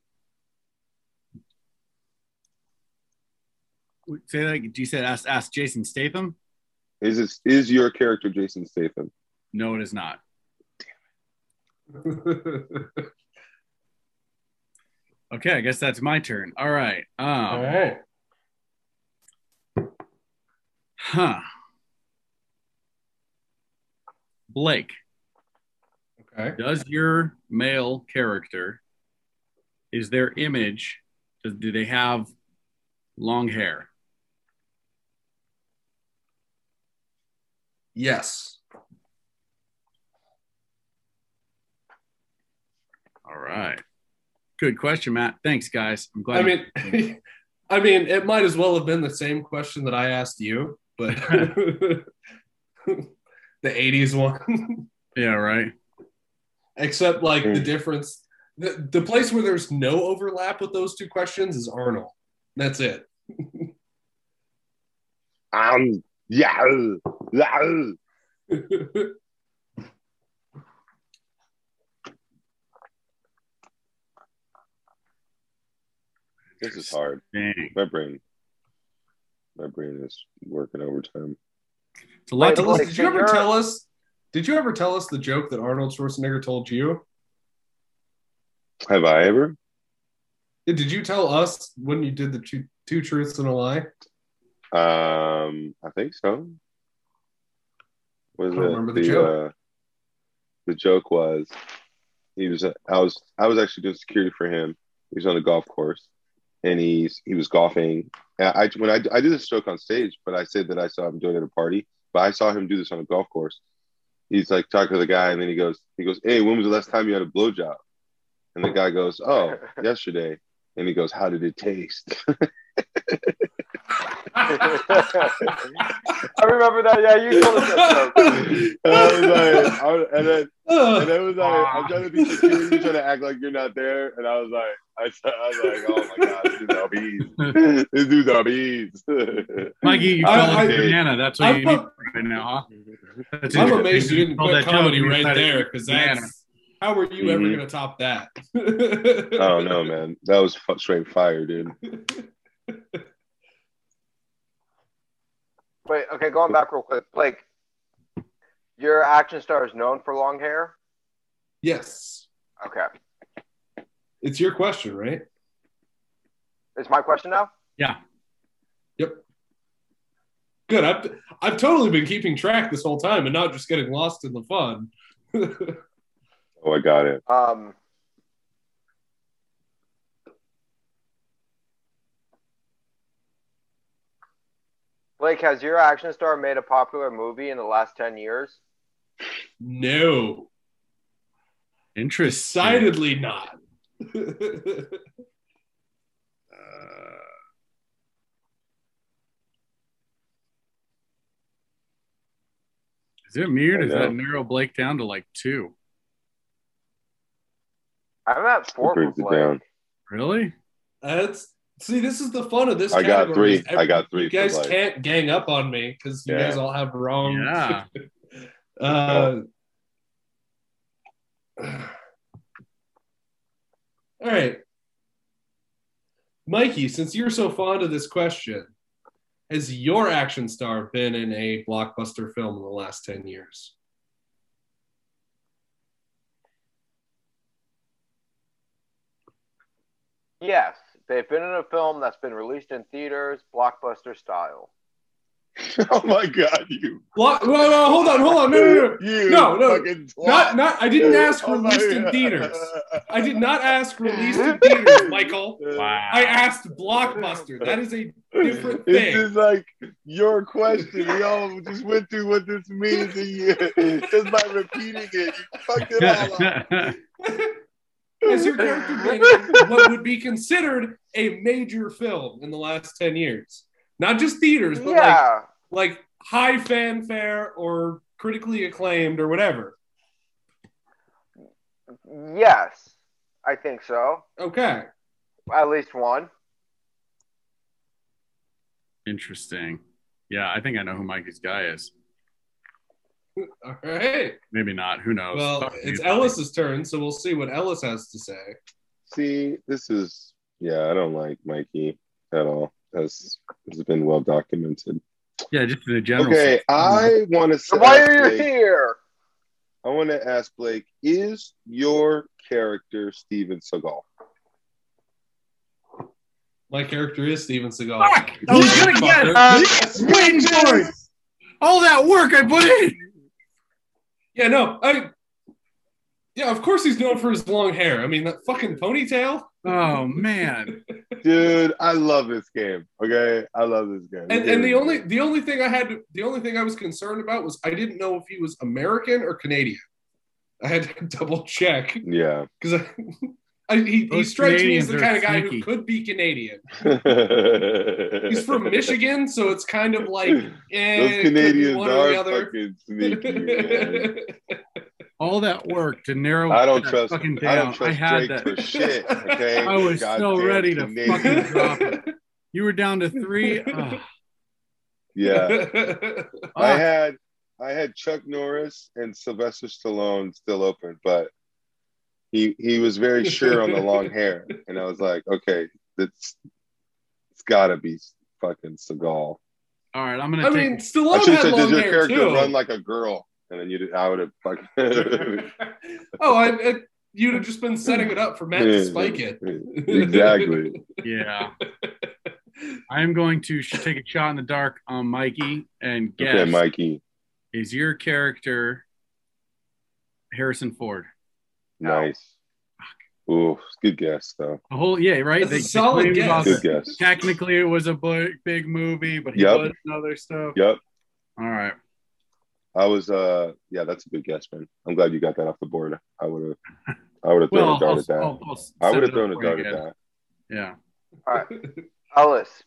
Wait, Say that. Do you said ask ask Jason Statham? is it is your character jason statham No, it is not. Um, Okay, I guess that's my turn. All right. Um, All right. Huh. Blake, Okay. does your male character is their image? Does, do they have long hair? Yes. All right. Good question, Matt. Thanks, guys. I'm glad. I you- mean, I mean, it might as well have been the same question that I asked you, but the 80s one, yeah, right. except like the Hmm. difference. The, the place where there's no overlap with those two questions is Arnold. That's it. um yeah uh, yeah, uh. this is hard Dang. my brain my brain is working overtime It's a lot to Tell us- Blake, did you so ever you're- tell us? Did you ever tell us the joke that Arnold Schwarzenegger told you? have i ever Did you tell us when you did the two, two truths and a lie? Um, I think so. Was I don't it remember the joke. Uh, the joke was he was I was I was actually doing security for him. He was on a golf course, and he's he was golfing. And I when I I did this joke on stage, but I said that I saw him doing it at a party. But I saw him do this on a golf course. He's like talking to the guy, and then he goes he goes, "Hey, when was the last time you had a blowjob?" And the guy goes, "Oh, yesterday." And he goes, "How did it taste?" I remember that. Yeah, you told us that joke. and I was like, I, and then Ugh. And it was like, I'm trying to be security, trying to act like you're not there. And I was like, I, s- I was like, oh my god, this dude's a beast. This dude's a beast. Mikey, you I- called I- it banana. That's what I'm you need a- right now, huh? That's I'm interesting. amazed you didn't called quit that joke comedy and you right decided there to because be banana. Mm-hmm. that's how were you ever Mhm. going to top that? oh no, man, that was fu- straight fire, dude. Wait, okay, going back real quick, Blake. Your action star is known for long hair. Yes, Okay, it's your question, right? it's my question now. Yeah. Good. I've I've totally been keeping track this whole time and not just getting lost in the fun. Oh, I got it. Um, Blake, has your action star made a popular movie in the last ten years? no, Interesting. decidedly not. Is it me or I does know. that narrow Blake down to like two? I'm at four for Brings it down. Blake. Really? That's see, this is the fun of this. I got category is three. I got three You for guys life. can't gang up on me because you Yeah. guys all have wrong. Yeah. Uh, all right. Mikey, since you're so fond of this question, has your action star been in a blockbuster film in the last 10 years? Yes, they've been in a film that's been released in theaters, blockbuster style. oh my god, you. What? Well, no, Oh, hold on, hold on. No, no, no. You No, no. fucking twat. Not, not. I didn't ask Oh my released in God. theaters. I did not ask released in theaters, Michael. Wow. I asked Blockbuster. That is a different This thing. is like your question. We all just went through what this means to you just by repeating it. You fucked it all up. Has your character been in what would be considered a major film in the last ten years? Not just theaters, but like yeah. like high fanfare or critically acclaimed or whatever. Yes, I think so. Okay. At least one. Interesting. Yeah, I think I know who Mikey's guy is. All right. Maybe not. Who knows? Well, Fuck you, it's Tommy. Ellis's turn, so we'll see what Ellis has to say. See, this is yeah. I don't like Mikey at all. As has been well documented. Yeah, just in a general. Okay, sense. I want to say. Why are you here? I want to ask Blake: Is your character Steven Seagal? My character is Steven Seagal. Fuck! I was Oh, gonna get it. Um, yes, waiting for it. all that work I put in. Yeah, no, I. Yeah, of course he's known for his long hair. I mean, that fucking ponytail. Oh man. dude! I love this game. Okay, I love this game. And, and the only the only thing I had to, the only thing I was concerned about was I didn't know if he was American or Canadian. I had to double check yeah. because I, I, he, he Those strikes Canadians me as are the kind of guy sneaky. who could be Canadian. He's He's from Michigan, so it's kind of like eh, Those it could be Canadians one or the are other. fucking sneaky. man. All that work to narrow. I don't that trust. Fucking I down. don't trust had Drake that. for shit. Okay. I was so Goddamn ready to Canadian. fucking drop it. You were down to three. Ah, Yeah, I Ah. fuck. had I had Chuck Norris and Sylvester Stallone still open, but he he was very sure on the long hair, and I was like, okay, that's it's gotta be fucking Seagal. all right, I'm gonna I take. mean, I Stallone should had have said, long did your hair character too. run like a girl? And then you did, I would have fucking oh, I, I, you'd have just been setting it up for Matt to spike it. exactly. yeah. I am going to sh- take a shot in the dark on Mikey and guess Okay, Mikey, is your character Harrison Ford? nice. Ooh, good guess though. A whole yeah, right? That's a solid claimed guess. about Good it. guess. Technically, it was a bu- big movie, but he Yep. was in other stuff. Yep. All right, I was uh yeah, that's a good guess, man. I'm glad you got that off the board. I would have I would have thrown well, a dart I'll- at that. I'll- I'll set I would it have up thrown a for you dart at guys. that. Yeah. Ellis,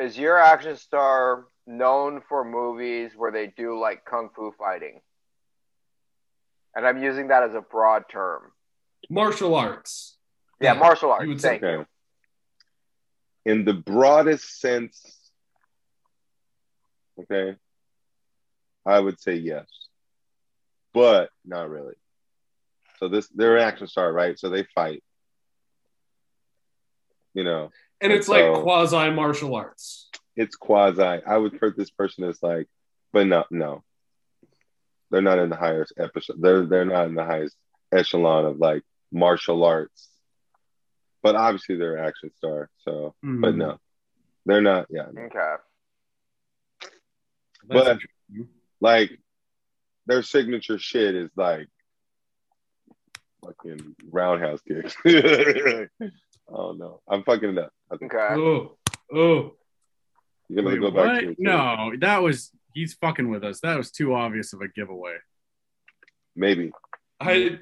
is your action star known for movies where they do like kung fu fighting? And I'm using that as a broad term. Martial arts. Yeah, Yeah, martial you would arts. say- Thank you. Okay. In the broadest sense, okay, I would say yes, but not really. So this they're an action star, right? So they fight. You know, And it's like So- quasi martial arts. it's quasi. I would put this person as like, but no, no, they're not in the highest episode. They're they're not in the highest echelon of like martial arts, but obviously they're an action star. So, but Hmm. no, they're not. Yeah, no. Okay. That's But- interesting. like their signature shit is like fucking roundhouse kicks. oh no, I'm fucking it up. I think Okay. Oh, oh. you're gonna Wait, go back what? to it. no, that was he's fucking with us. That was too obvious of a giveaway. maybe I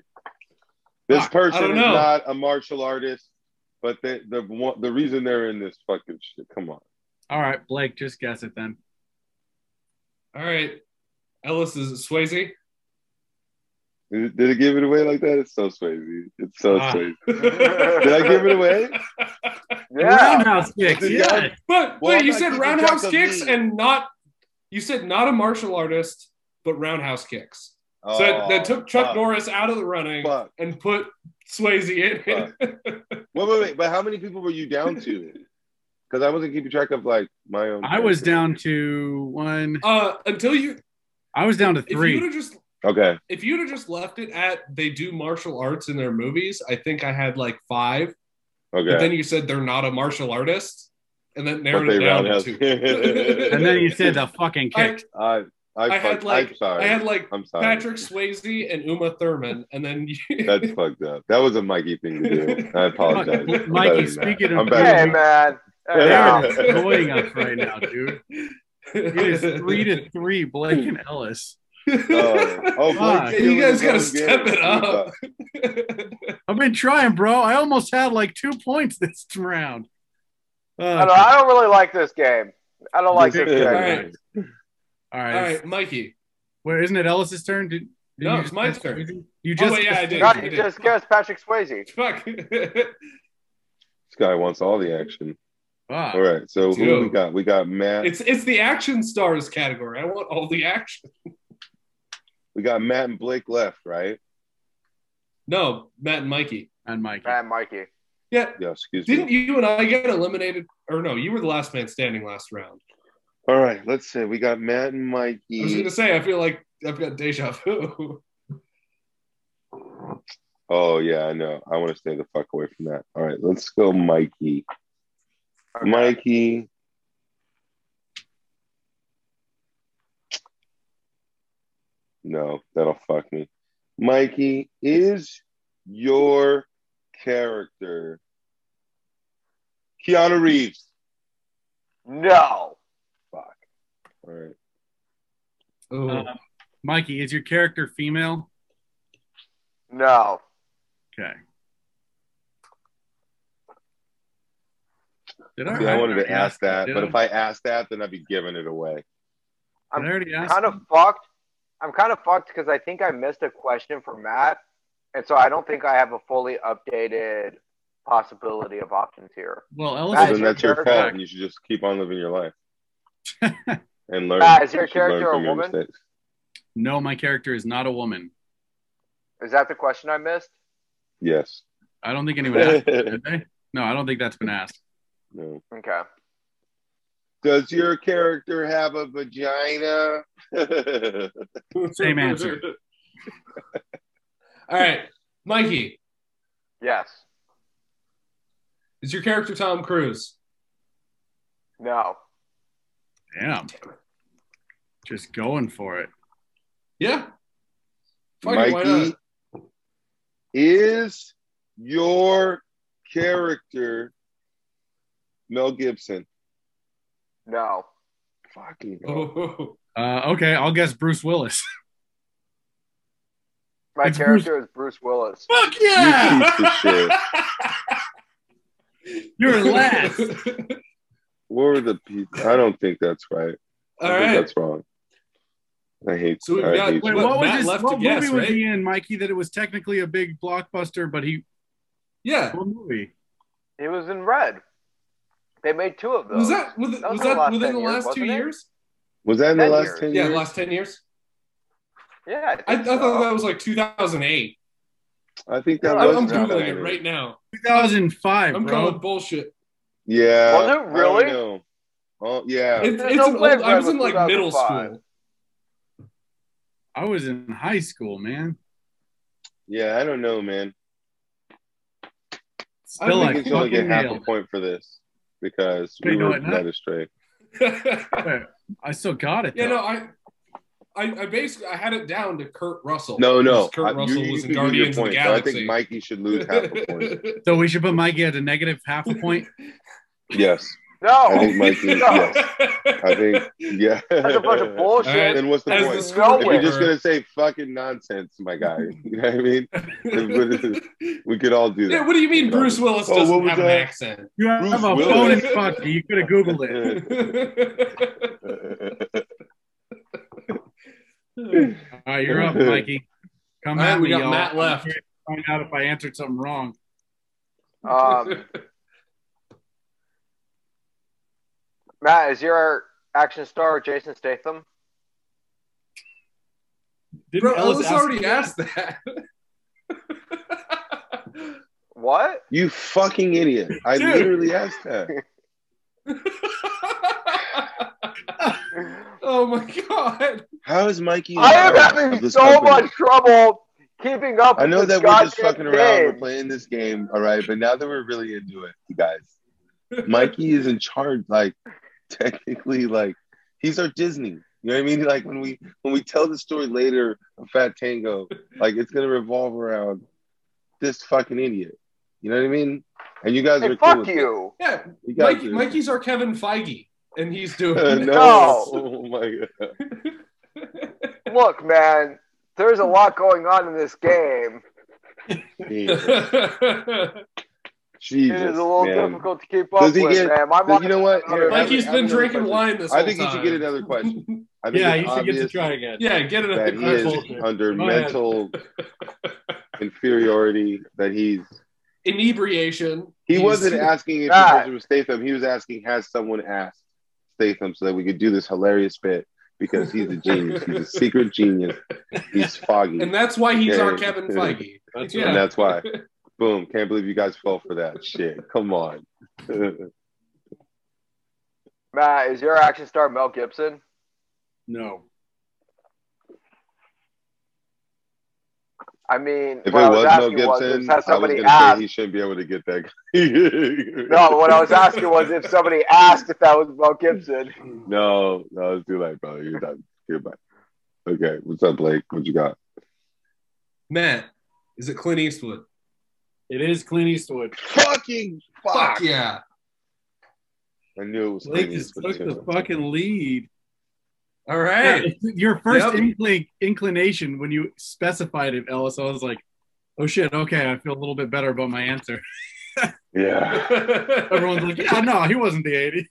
Mm-hmm. this Fuck, I person don't is know. not a martial artist, but the the one, the reason they're in this fucking shit. Come on, All right, Blake, just guess it then. all right. Ellis is Swayze. did it, did it give it away like that? It's so Swayze. It's so Ah. Swayze. Did Did I give it away? Yeah. Roundhouse kicks. Did Yeah. y'all- But Well, wait, I'm you not said keeping roundhouse track of kicks me. and not you said not a martial artist, but roundhouse kicks. So that, that took Chuck Oh, fuck, Norris out of the running Fuck. and put Swayze in. Wait, wait, wait. But how many people were you down to? Because I wasn't keeping track of like my own. I was character. down to one. uh, until you, I was down to if you'd three. have just Okay. if you'd have just left it at they do martial arts in their movies, I think I had like five. But Okay. then you said they're not a martial artist, and then narrowed Okay, it down to roundhouse. two. And then you said the fucking I, kick. I, I, I had fucked- like I'm sorry. I had like I'm sorry. Patrick Swayze and Uma Thurman, and then you, That's fucked up. That was a Mikey thing to do. I apologize. Mikey, I'm better than speaking that. of- I'm better. Hey, man. Hey, They're now. Yeah. destroying us right now, dude. It is three to three, Blake and Ellis. Oh, oh, Fuck. Blake Hey, you guys Steelers gotta don't get step it up. I've been trying, bro. I almost had like two points this round. Uh, I, don't, I don't really like this game. I don't like this All game. right, All right. all right, Mikey. Where isn't it Ellis's turn? Did, did No, you it's just my guess- turn. you did- You Oh, just wait, yeah, I did. God, you just guessed Patrick Swayze. Fuck. This guy wants all the action. Fuck. All right, so who Ah, Dude. we got? We got Matt. it's it's the action stars category. I want all the action. We got Matt and Blake left, right? No, Matt and Mikey. And Mikey. Man, Mikey. Yeah, Yeah, excuse didn't me. you and I get eliminated? Or no, you were the last man standing last round. All right, let's see. We got Matt and I was Mikey. gonna say I feel like I've got deja vu. Oh yeah, I know. I want to stay the fuck away from that. All right, let's go, Mikey. Okay. Mikey. No, that'll fuck me. Mikey, is your character Keanu Reeves? No. All right. Ooh. Uh, Mikey, is your character female? No. Okay. Did See, I wanted to already ask that, did but if I asked that, then I'd be giving it away. Did I already ask Kind of fucked. I'm kind of fucked because I think I missed a question for Matt. And so I don't think I have a fully updated possibility of options here. Well, So Matt, Ellis, then your that's your character- fault, and you should just keep on living your life and learn. Matt, is your You should learn character a from your woman? mistakes. no, my character is not a woman. Is that the question I missed? Yes. I don't think anyone asked. that, did they? No, I don't think that's been asked. No. Okay. Does your character have a vagina? Same answer. All right, Mikey, Yes. is your character Tom Cruise? No. Damn. Just going for it. Yeah. Fuck it, why Mikey, not? is your character Mel Gibson? No. Fucking hell. Oh, Uh, okay, I'll guess Bruce Willis. My It's character is Bruce Willis. fuck yeah! You piece of shit. You're last. Where are the people? I don't think that's right. All I think right. that's wrong. I hate. So we've I got- hate Wait, you. What, what was Matt his, left what to guess, movie was right? he in, Mikey? That it was technically a big blockbuster, but he Yeah. what movie? He was in red. They made two of those. Was that, with, was was the that last within 10 the years, last two wasn't it? years? Was that in the Ten last years. ten Yeah, years? the last 10 years. Yeah. I, I think thought so. that was like 2008. I think that Yeah, I, was. I'm in the Googling 10 it right now. 2005, I'm bro. calling bullshit. Yeah. Was it I don't really? know. Oh yeah. It's, There's it's no an way old, I it was was in like middle 2005. school. I was in high school, man. yeah. I don't know, man. I Still think I like think you only get fucking half a nailed. point for this because Wait, we no, were wait, not- led astray. Wait, I still got it. yeah, though. no, I, I, I basically I had it down to Kurt Russell. No, no. Because Kurt I- Russell was can in do your Guardians of the point, but Galaxy. I think Mikey should lose half a point. So we should put Mikey at a negative half a point. Yes, I No. think Mikey. Oh, yes, I think yeah. That's a bunch of bullshit. All right. Then what's the As point? the score No if you're just bearer- gonna say fucking nonsense, my guy, you know what I mean? We could all do yeah, that. what do you mean Bruce Willis Oh, what doesn't was have that? an accent? You have Bruce a Willis. phone in front of you. You could have Googled it. All right, you're up, Mikey. Come All right, at we me, got y'all. Matt I'm left. curious to Find out if I answered something wrong. Um, Matt, is your action star Jason Statham? Didn't Bro, Ellis, ask- already asked that. What? you fucking idiot! I Dude. literally asked that. oh my god! How is Mikey? I am aware of having this so company? much trouble keeping up. I know with this that we're just goddamn fucking around. We're game. playing this game, all right. But now that we're really into it, you guys, Mikey is in charge. Like technically, like he's our Disney. You know what I mean? Like when we when we tell the story later of Fat Tango, like it's gonna revolve around this fucking idiot. You know what I mean? And you guys Hey, are cool fuck with it. you. Yeah, You guys Mike, are- Mikey's our Kevin Feige, and he's doing Uh, no. it. No. Oh my god. Look, man, there's a lot going on in this game. Jesus. It is a little man. difficult to keep Does up he with, get- man. My Does- you know what? Here, I have- Mikey's been I have another drinking question. wine this I whole think you should time. get another question. I think yeah, it's you should get to obvious try again. Yeah, get it. that he Full is shit. under Go ahead. mental inferiority. That he's Inebriation. he He's- wasn't asking if God. the person was Statham. He was asking has someone asked Statham so that we could do this hilarious bit because he's a genius. he's a secret genius. He's foggy, And that's why he's our Yeah. Kevin Feige. That's Yeah. right. and that's why. Boom! Can't believe you guys fell for that shit. Come on. Matt, is your action star Mel Gibson? No. I mean, If what it I was Mel asking Gibson, has I was somebody going to asked. say he shouldn't be able to get that. guy. No, what I was asking was if somebody asked if that was Mel Gibson. no, no, it's too late, brother. You're done. Goodbye. Okay, what's up, Blake? What you got? Matt, is it Clint Eastwood? It is Clint Eastwood. Fucking Fuck yeah. I knew it was Blake Clint just Eastwood. took the too. fucking lead. All right. Yeah, your first Yep. inclin- inclination when you specified it, Ellis, I was like, oh shit, okay, I feel a little bit better about my answer. Yeah. Everyone's like, yeah, no, he wasn't the 80s.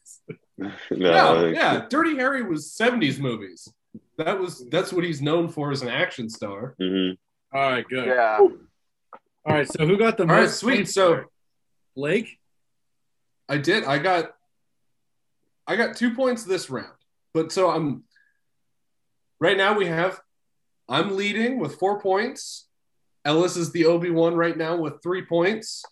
yeah, No. Yeah. yeah. Dirty Harry was '70s movies. That was that's what he's known for as an action star. Mm-hmm. All right, good. Yeah. All right, so who got the All right, most sweet. points So for it? Blake? I did. I got I got two points this round. But so I'm right now we have I'm leading with four points. Ellis is the Obi-Wan right now with three points.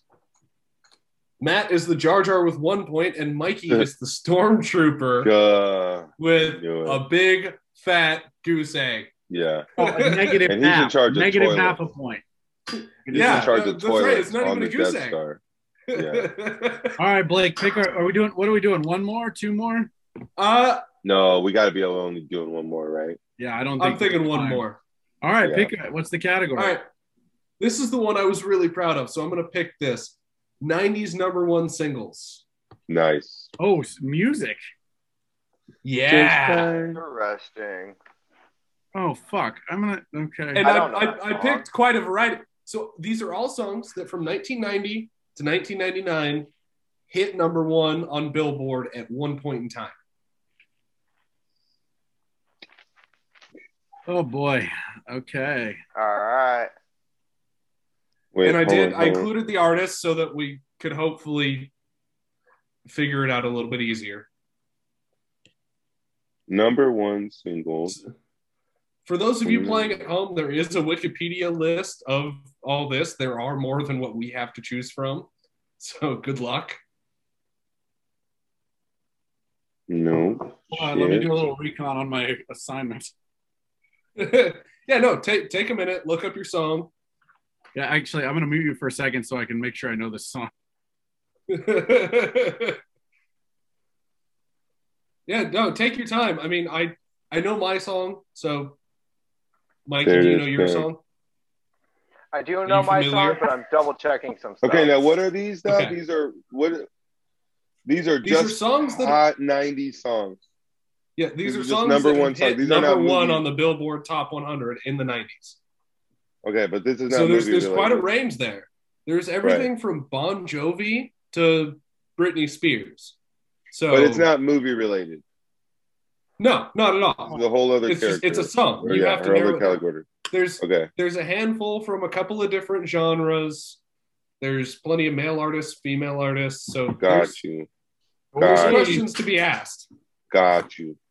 Matt is the Jar Jar with one point, and Mikey is the Stormtrooper Uh, with knew it. a big fat goose egg. yeah. Oh, a negative And he's in half. charge of negative toilets. half a point. He's Yeah, in charge that- of that's right. toilets It's not on even a the goose Death egg. Star. Yeah. All right, Blake, pick our, are we doing, what are we doing? One more, two more? uh, No, we got to be able to only doing one more, right? Yeah, I don't think I'm thinking one Fine. more. All right, Yeah. pick it. What's the category? All right. This is the one I was really proud of, so I'm going to pick this. 90s number 1 singles. Nice. Oh, s- music. Yeah. Interesting. Oh, fuck. I'm going to, okay. And I I, don't know I, that I, song. picked quite a variety. So these are all songs that from 1990 to 1999 hit number 1 on Billboard at one point in time. oh, boy. Okay. All right. Wait, and I hold did on, I hold on. included the artists so that we could hopefully figure it out a little bit easier. number one single. For those of Mm. you playing at home, there is a Wikipedia list of all this. There are more than what we have to choose from. So good luck. Oh, No. Hold on, Uh, let me Shit. do a little recon on my assignment. yeah, no, take take a minute, look up your song. Yeah, actually, I'm going to mute you for a second so I can make sure I know this song. yeah, no, take your time. I mean, I I know my song, so Mike, There do it you is, know your there. song? I do you know my familiar? song, but I'm double checking some stuff. Okay, now what are these? Though? Okay. These are what? These are These just are songs that hot '90s songs. yeah, these these are are just songs number that one hit songs. These are number not one movies. on the Billboard Top 100 in the 90s. Okay, but this is not. so there's movie there's quite a related. range there. There's everything from Bon Jovi to Britney Spears. So But it's not movie related. no, not at It's all. a whole other It's just, character. it's a song. Or, You yeah, have to her other narrow it. down. category. There's Okay. there's a handful from a couple of different genres. There's plenty of male artists, female artists. So Got there's, you. there's Got you. questions to be asked. Got you.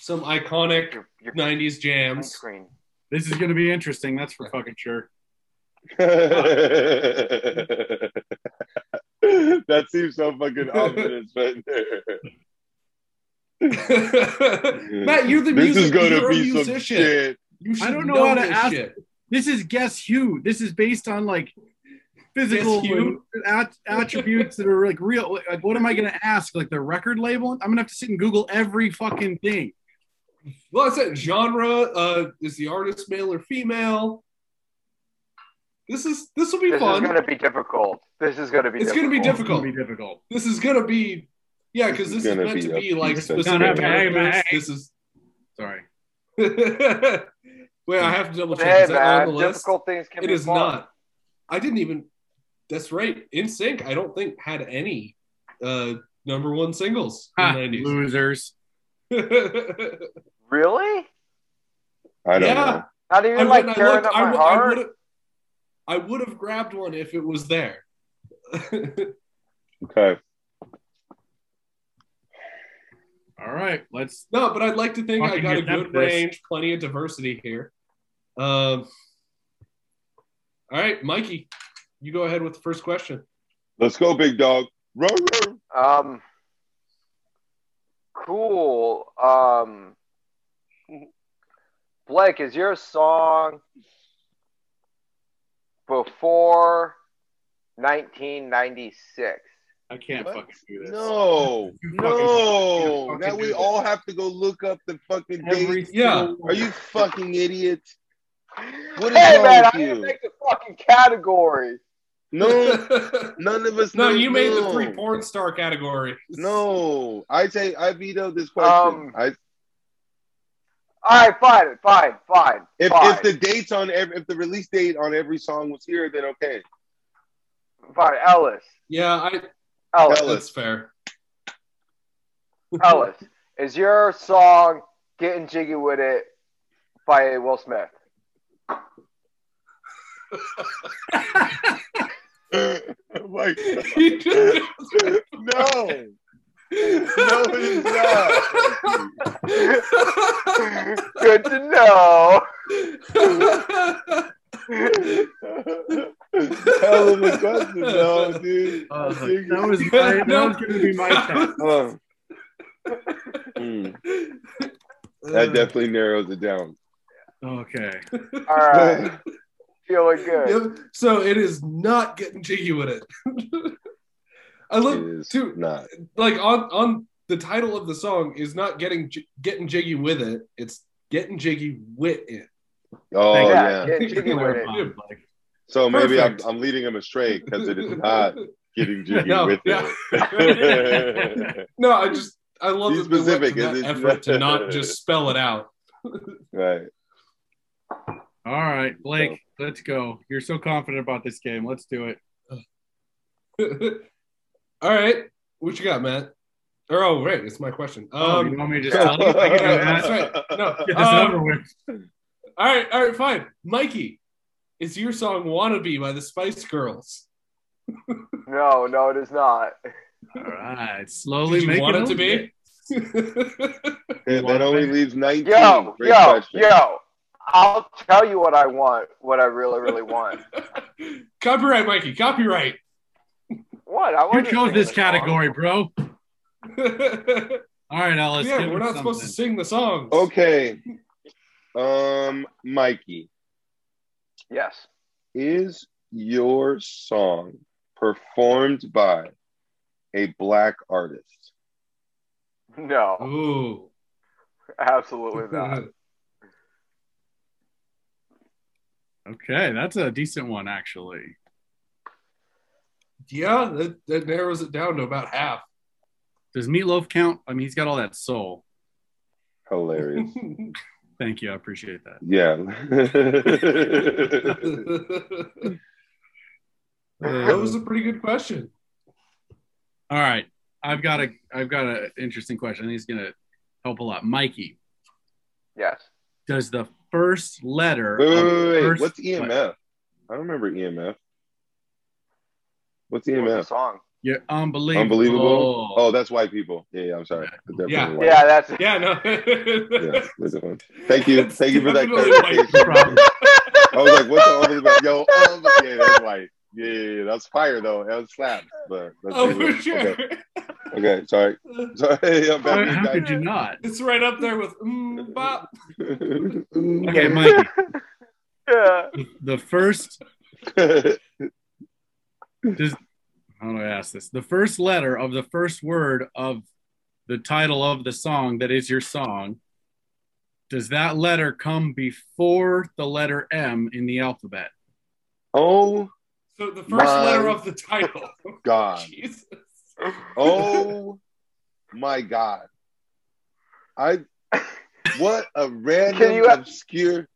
Some iconic Your, your 90s jams. screen. This is going to be interesting. That's for fucking sure. that seems so fucking ominous, but Matt, you're the this music, is gonna you're a be some musician. shit. You should don't know how to this ask- shit. This is Guess Who. This is based on like physical Yes, you. at- attributes that are like real. Like, what am I gonna ask? Like the record label? I'm gonna have to sit and Google every fucking thing. Well, that's it. Genre. Uh, is the artist male or female? This is this will be This is fun. going to be difficult. This is going to be It's difficult. gonna be It's gonna be difficult. this is gonna be yeah, because This this is is gonna meant be to a be like piece of specific No, no, hey, characters. man. This is Sorry. wait, I have to double But check. Hey, is that on man, the list? difficult things can It be is fun. not. I didn't even. That's right. In Sync, I don't think had any uh, number one singles in Ha, the losers. nineties. Really? I don't Yeah. know. Not even I like wouldn't- I tearing looked- up I my wou- I heart. would've- I would have grabbed one if it was there. Okay. All right, let's. no, but I'd like to think I Fucking got a get them good this. range, plenty of diversity here. Um, all right, Mikey, you go ahead with the first question. Let's go, big dog. Roar, roar. Um, cool. Um, Blake, is your song before 1996? I can't What? fucking do this. No, You fucking- you no. fucking Now do we this. all have to go look up the fucking Every date. Yeah. single- Are you fucking idiots? What is hey wrong man, I with didn't you? make the fucking category. No, none of us. no, know- you made the no. three porn star category. No, I say I veto this question. Um, I, All right, fine, fine, fine. if fine, if the dates on every, if the release date on every song was here, then okay. fine, Ellis, Yeah, I, Ellis, Ellis. that's fair. Ellis, is your song "Getting Jiggy with It" by Will Smith? like, He just- no, no, it is not. Good to know. Hell of a question, no, dude. Uh, Jiggy. that was my, that was gonna be my time. Uh. Mm, that definitely narrows it down. Okay. All right, feeling good. Yep. So it is not getting jiggy with it. I it look is dude. not. like on on the title of the song is not getting j- getting jiggy with it. It's getting jiggy with it. Oh yeah, yeah. Getting Jiggy with It. Clarifying, like, So maybe I'm, Perfect. I'm leading him astray because it is not getting jiggy No, with yeah. it. No, I just I love Be that they went to specific, that is it- effort to not just spell it out. right. All right, Blake, let's go. You're so confident about this game. Let's do it. All right, what you got, Matt? Or oh, right, it's my question. Oh, Um, you want me to just tell you? Oh, Like, you know, that's Matt, right. No, Get this um, over with. All right, all right, fine. Mikey, it's your song "Wannabe" by the Spice Girls. No, no, it is not. All right, slowly Did you Um, make want it, it to over. be? That, that only leaves 19. Yo, Great yo, question. yo. I'll tell you what I want. What I really, really want. copyright, Mikey. Copyright. What I You want. chose this category, bro. yeah, All right, Ellis. give we're us not supposed to something. sing the songs. Okay. Um, Mikey, Yes. is your song performed by a black artist? No. Ooh. Absolutely not. Okay, that's a decent one, actually. yeah, that, that narrows it down to about half. Does Meatloaf count? I mean, he's got all that soul. Hilarious. Thank you. I appreciate that. yeah. that was a pretty good question. All right, I've got a I've got an interesting question. I think it's gonna help a lot. Mikey, Yes. does the first letter? wait, wait, of the wait, wait, first- What's E EMF? I don't remember EMF. What's What's the EMF? song? You're unbelievable. Unbelievable. Oh, that's white people. Yeah, yeah I'm sorry. Yeah. Definitely Yeah, that's. Yeah, no. white. Yeah, that's the one. Thank you. It's Thank you for that definitely No clarification. problem. I was like, what's the only about? Yo, oh, my- yeah, that's white. Yeah, yeah, yeah, that's fire though. That was slaps, but that's Oh, for sure. Okay, okay, sorry, sorry, I'm How, how back. could you not? It's right up there with mm, bop. Okay, Mikey, Yeah. the first Does, how do I ask this? The first letter of the first word of the title of the song that is your song, does that letter come before the letter M in the alphabet? Oh So the first My- letter of the title. God. Jesus. Oh my God. I what a random Can you- obscure.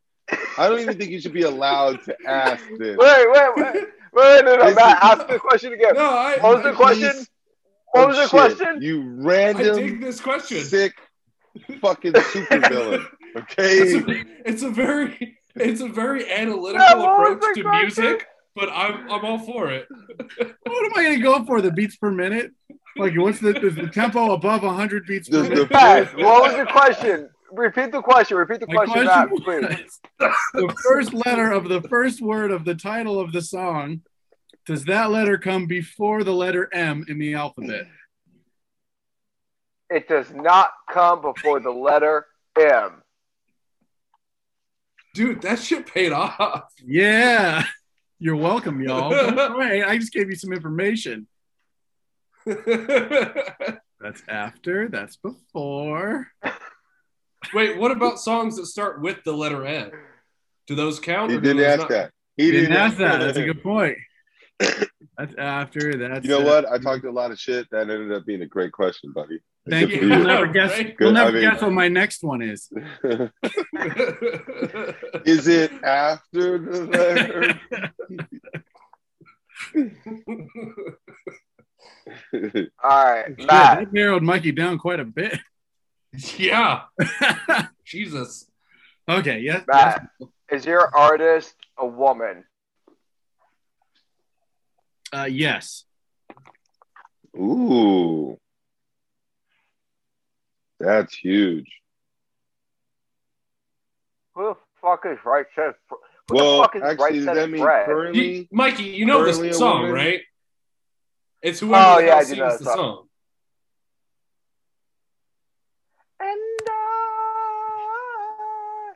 I don't even think you should be allowed to ask this. Wait, wait, wait. Wait, wait, no, no, This Matt, is- ask the question again. No, I, What was the I- question? What was the Oh, Shit, question? You I dig random this question. sick fucking supervillain. It's Okay. a, it's a very it's a very analytical Yeah, what was approach the to question? music, but I'm I'm all for it. What am I going to go for? The beats per minute? Like, what's the, is the tempo above 100 beats per Does minute? the Matt, first, what was the question? Repeat the question. Repeat the My question, Matt, please. was, the first letter of the first word of the title of the song, does that letter come before the letter M in the alphabet? It does not come before the letter M. Dude, that shit paid off. Yeah. You're welcome, y'all. That's right. I just gave you some information. Wait, That's after, that's before. what about songs that start with the letter N? Do those count? he or do didn't those ask not- that. You didn't ask that. That's a good point. That's after, that's You know uh, what? I talked a lot of shit. That ended up being a great question, buddy. Thank Good you. for You'll you. never guess. Right? You'll Good. I never mean- guess what my next one is. Is it after the letter? All right, Yeah, Matt. that narrowed Mikey down quite a bit. yeah, Jesus. okay. Yeah. Matt, is your artist a woman? Uh, yes. Ooh. That's huge. Who the fuck is right says? Who the Well, fuck is right actually, does says that mean Fred? You- currently? Mikey, you know Currently a this song, woman? right? It's whoever Oh, yeah, I else do sings know the that song. song. And I...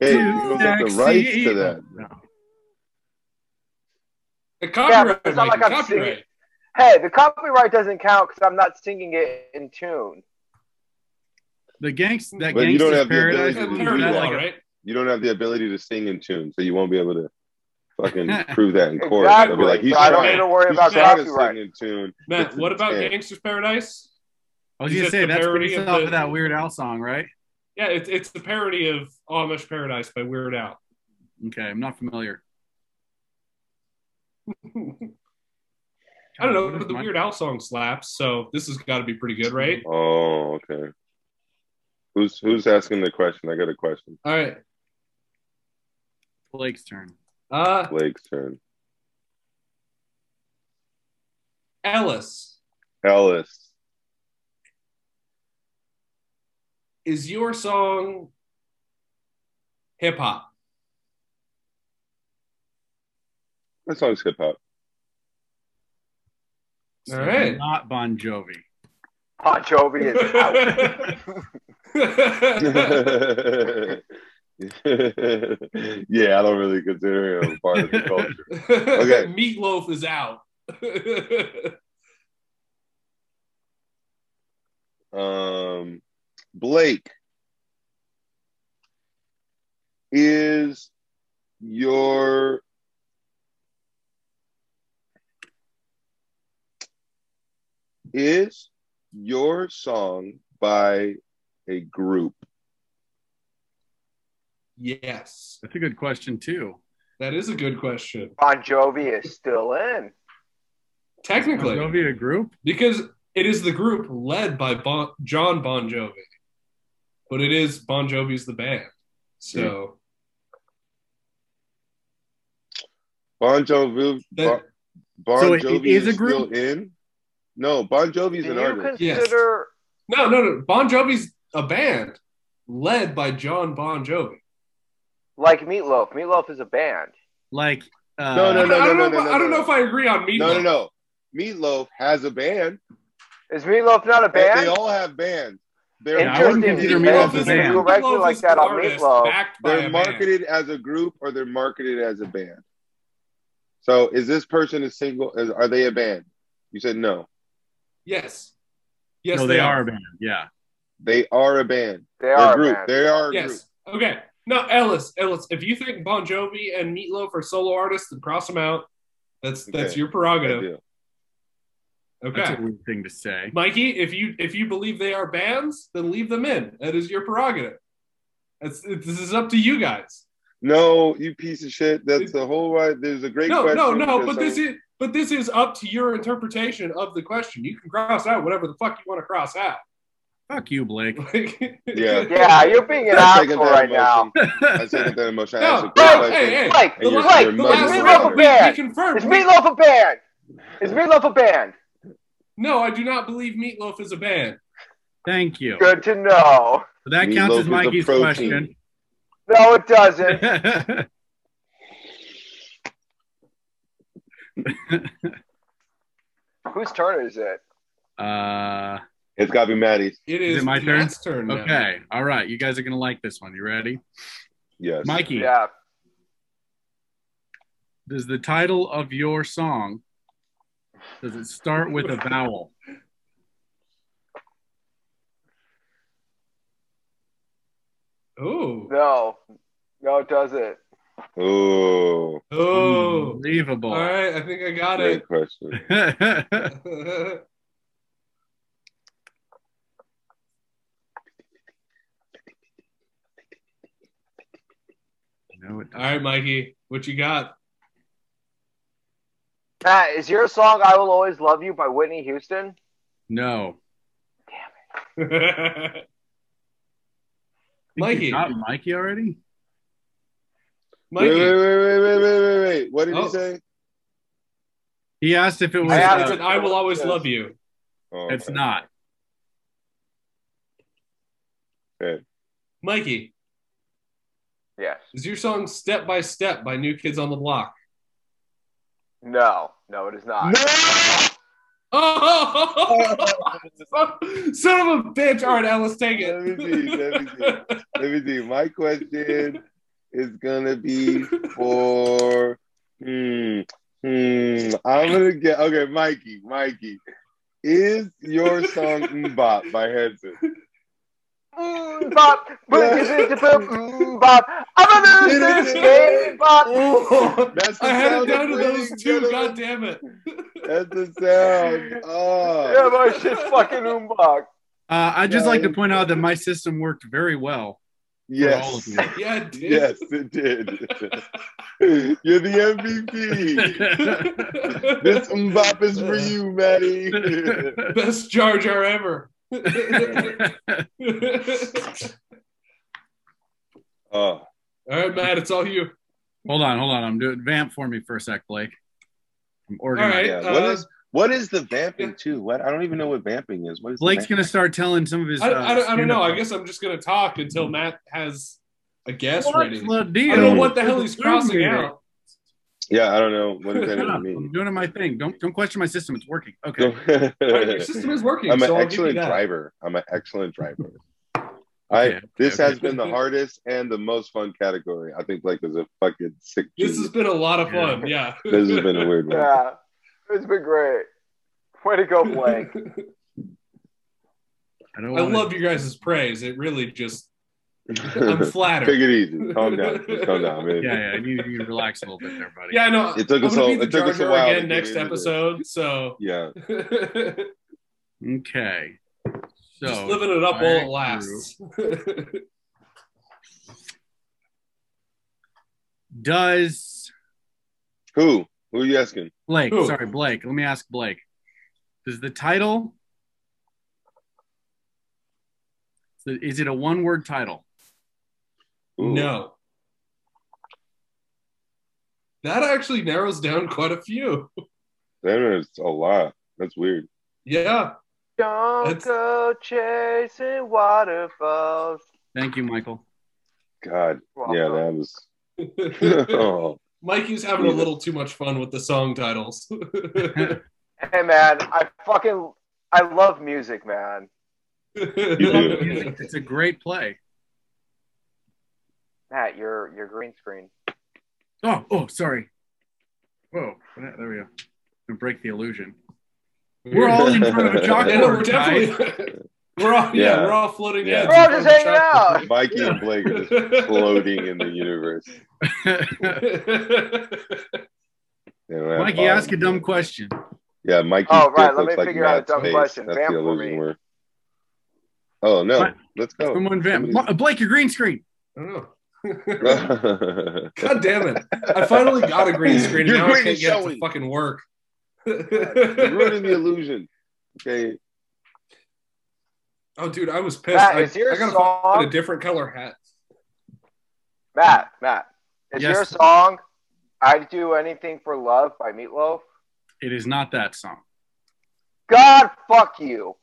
Hey, Too you don't get the sexy. rights to that. No. The copyright, it's not Mikey, like I'm singing. copyright. Hey, the copyright doesn't count because I'm not singing it in tune. The gangst that But you don't gangster have the ability paradise. to And was do Parallel, that, like right? You don't have the ability to sing in tune, so you won't be able to fucking prove that in court. They'll be Exactly. like, he's so I don't trying- need to worry he's about trying to copyright. sing in tune. Matt, It's what about insane. Gangster's Paradise? I was Is gonna it say the that's parody based of off the- of that Weird Al song, right? Yeah, it's it's the parody of Amish Paradise by Weird Al. Okay, I'm not familiar. I don't know, Where's but the my- Weird Al song slaps, so this has got to be pretty good, right? Oh, okay. Who's who's asking the question? I got a question. All right. Blake's turn. Uh, Blake's turn. Ellis, Ellis. is your song hip hop? That song's hip hop. So All right. Not Bon Jovi. Bon Jovi is out. yeah, I don't really consider him part of the culture. Okay. Meatloaf is out. Um, Blake, is your is your song by a group? yes. That's a good question too. That is a good question. Bon Jovi is still in. Bon Technically, Jovi a group? because it is the group led by bon- John Bon Jovi, but it is Bon Jovi's the band. So Bon Jovi. Bon, that, bon So it- it Jovi is is, a still group? in. No, Bon Jovi's Do an you artist. consider? no, no, no. Bon Jovi's a band led by John Bon Jovi. Like Meatloaf. Meatloaf is a band. Like uh, No, no, no. I don't know. if- no, I don't no. know if I agree on Meatloaf. no, no, no. Meatloaf has a band. Is Meatloaf not a They- band? They all have bands. They're Yeah, I wouldn't Interesting. consider You Meatloaf guys a didn't band. correct me Meatloaf like is that the on artist Meatloaf. backed by they're a band. marketed as a group or they're marketed as a band. So is this person a single? Is, are they a band? You said no. Yes. Yes, no, they, are. a band. Yeah. They are a band. They They're are a group. bad. They are a group. Yes. Okay. No, Ellis, Ellis, if you think Bon Jovi and Meatloaf are solo artists, then cross them out. That's that's Okay. your Good prerogative. deal. Okay. That's a weird thing to say. Mikey, if you if you believe they are bands, then leave them in. That is your prerogative. That's it, this is up to you guys. No, you piece of shit. That's the whole right. There's a great No, question. no, no. because But I'm- this is but this is up to your interpretation of the question. You can cross out whatever the fuck you want to cross out. Fuck you, Blake. Like- Yeah. Yeah, you're being an I second asshole that right now. emotion. I second that emotion. I No, asked a great no, question. hey, hey. Like, And The, you're- la- you're the much last better. round, we, Meatloaf we a confirmed. is Meatloaf a band? Is Meatloaf a band? no, I do not believe Meatloaf is a band. Thank you. Good to know. So that counts Meatloaf as is a Mikey's protein. question. No, it doesn't. Whose turn is it? uh, It's got to be Maddie's. It Is is, it my turn? Matt's turn. now. okay. All right. You guys are going to like this one. You ready? Yes. Mikey, Yeah. does the title of your song, does it start with a vowel? Oh. No. No, it doesn't. Oh, Oh. Unbelievable. All right. I think I got great question. All it. All right, Mikey, what you got? Matt, is your song I Will Always Love You by Whitney Houston? no. Mikey, I think Mikey. you got Mikey already? Wait, wait, wait, wait, wait, wait, wait, wait. What did Oh. he say? He asked if it was. I, have uh, to- I will always love you. Oh, it's okay. not. Mikey, Yes. is your song Step by Step by New Kids on the Block? No. No, it is not. Oh! Son of a bitch. All right, Alice, take it. Let me see, let me see. Let me see. My question is gonna be for. Hmm. Hmm. I'm gonna get okay, Mikey. Mikey, is your song "Mbop" by Henson? Mm, bop. Boop, you see the boop, mm, bop. I'm gonna lose this game, bop. That's the Oh, I had it sound down to of those winning, two. gentlemen. God damn it. That's the sound. Yeah, Oh, my shit's fucking umbach. Uh, I'd just No, like to it's- point out that my system worked very well. For all of yes. you. Yeah, it did. Yes, it did. You're the MVP. This Mbop is for you, Maddie. Best Jar Jar ever. oh, All right, Matt, it's all you. hold on, hold on. I'm doing vamp for me for a sec, Blake. I'm organized. All right. yeah. What uh, is what is the vamping too? What I don't even know what vamping is. What is the Blake's vamp- gonna start telling some of his. I, uh, I, don't, I don't know. I stand-up. guess I'm just going to talk until Matt has a guess ready. What's the I deal? don't know what the hell he's Zoom crossing meeting. out. Yeah, I don't know. What does Shut that up. even I'm mean? doing my thing. Don't don't question my system. It's working. Okay. All right, your system I'm is working. an so I'll give you excellent that. driver. I'm an excellent driver. I Okay, okay, this okay. has been the hardest and the most fun category. I think Blake is a fucking sick. This has genius. been a lot of fun. Yeah. this has been a weird one. Yeah. It's been great. Way to go, Blake. I, don't I wanna- love you guys' praise. It really just, I'm Take flattered. it easy. Calm down. Just calm down. I mean, Yeah, yeah. I need you to relax a little bit there, buddy. Yeah, I know. It took I'm us gonna all- be the it took Jar us a Jar while again to get next into this. episode. So yeah. just Okay. So living it up while fire it lasts. does Who? Who are you asking? Blake? Who? Sorry, Blake. Let me ask Blake. Does the title? Is it a one-word title? Ooh. no. That actually narrows down quite a few. That is a lot. That's weird. Yeah. Don't That's- go chasing waterfalls. Thank you, Michael. God. Yeah, that was. oh, Mikey's having a little too much fun with the song titles. Hey man, I fucking I love music, man. do. It's a great play. Matt, your your green screen. Oh, oh, sorry. Whoa, there we go. We break the illusion. We're all in front of a chalkboard. Yeah, no, we're guys. definitely. We're all yeah, Yeah. we're all floating Yeah. heads We're all in just front of hanging out. Mikey and Blake are just a chalkboard. floating in the universe. They don't have Mikey, bottom. ask a dumb question. Yeah, Mikey. Oh, right, let dick me looks like figure out a Matt's dumb face. question. That's Vamp the for illusion me. word. Oh no, What? let's go. Someone vamp. Ma- Blake, your green screen. I don't know. God damn it! I finally got a green screen. Your and now green I can't is get it to showing. fucking work. You're ruining the illusion. Okay, oh, dude, I was pissed. Matt, I, is your I gotta find a song different color hat. Matt? Matt, is Yes. your song "I'd Do Anything for Love" by Meatloaf? It is not that song. God fuck you!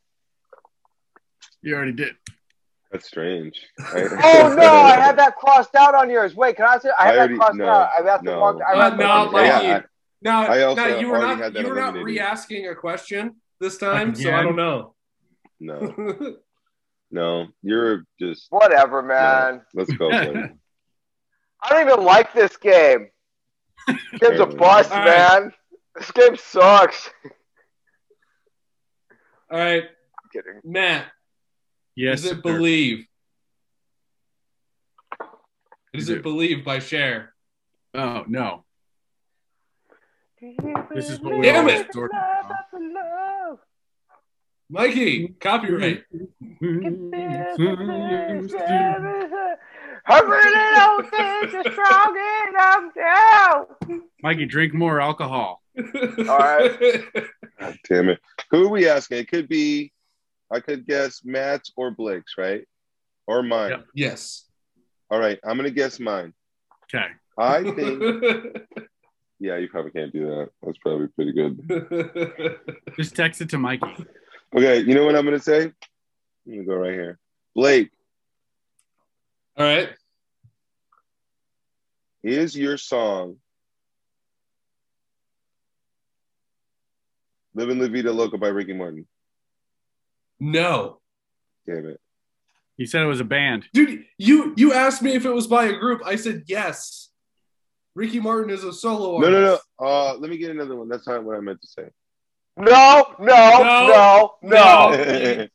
You already did. that's strange. Oh no, I had that crossed out on yours. Wait, can I say I I had already- that crossed no, out? I have to no. walk. I Uh, have to- no, Yeah, Mikey. I- No, I also no, you were already not had that you were not eliminated. re-asking a question this time, so I don't Again? know. no, no, you're just. Whatever, man. Let's go. Blake. I don't even like this game. This game's a bust, All right. man. This game sucks. All right, I'm kidding. Matt. Yes. is sir. it believe? Is You it do. believe by share? Oh no. This is what we Damn always it. sort Mikey, copyright. I really don't think you're strong enough now. Mikey, drink more alcohol. All right. God damn it. Who are we asking? It could be, I could guess Matt's or Blake's, right? Or mine. Yep. Yes. All right, I'm going to guess mine. Okay. I think, yeah, you probably can't do that. That's probably pretty good. Just text it to Mikey. Okay, you know what I'm going to say? I'm going to go right here. Blake, All right. is your song Living La Vida Loca by Ricky Martin? No. Damn it. He said it was a band. Dude, you you asked me if it was by a group. I said yes. Ricky Martin is a solo No, no, no. artist. Uh, let me get another one. That's not what I meant to say. No, no, no, no. No. Oh.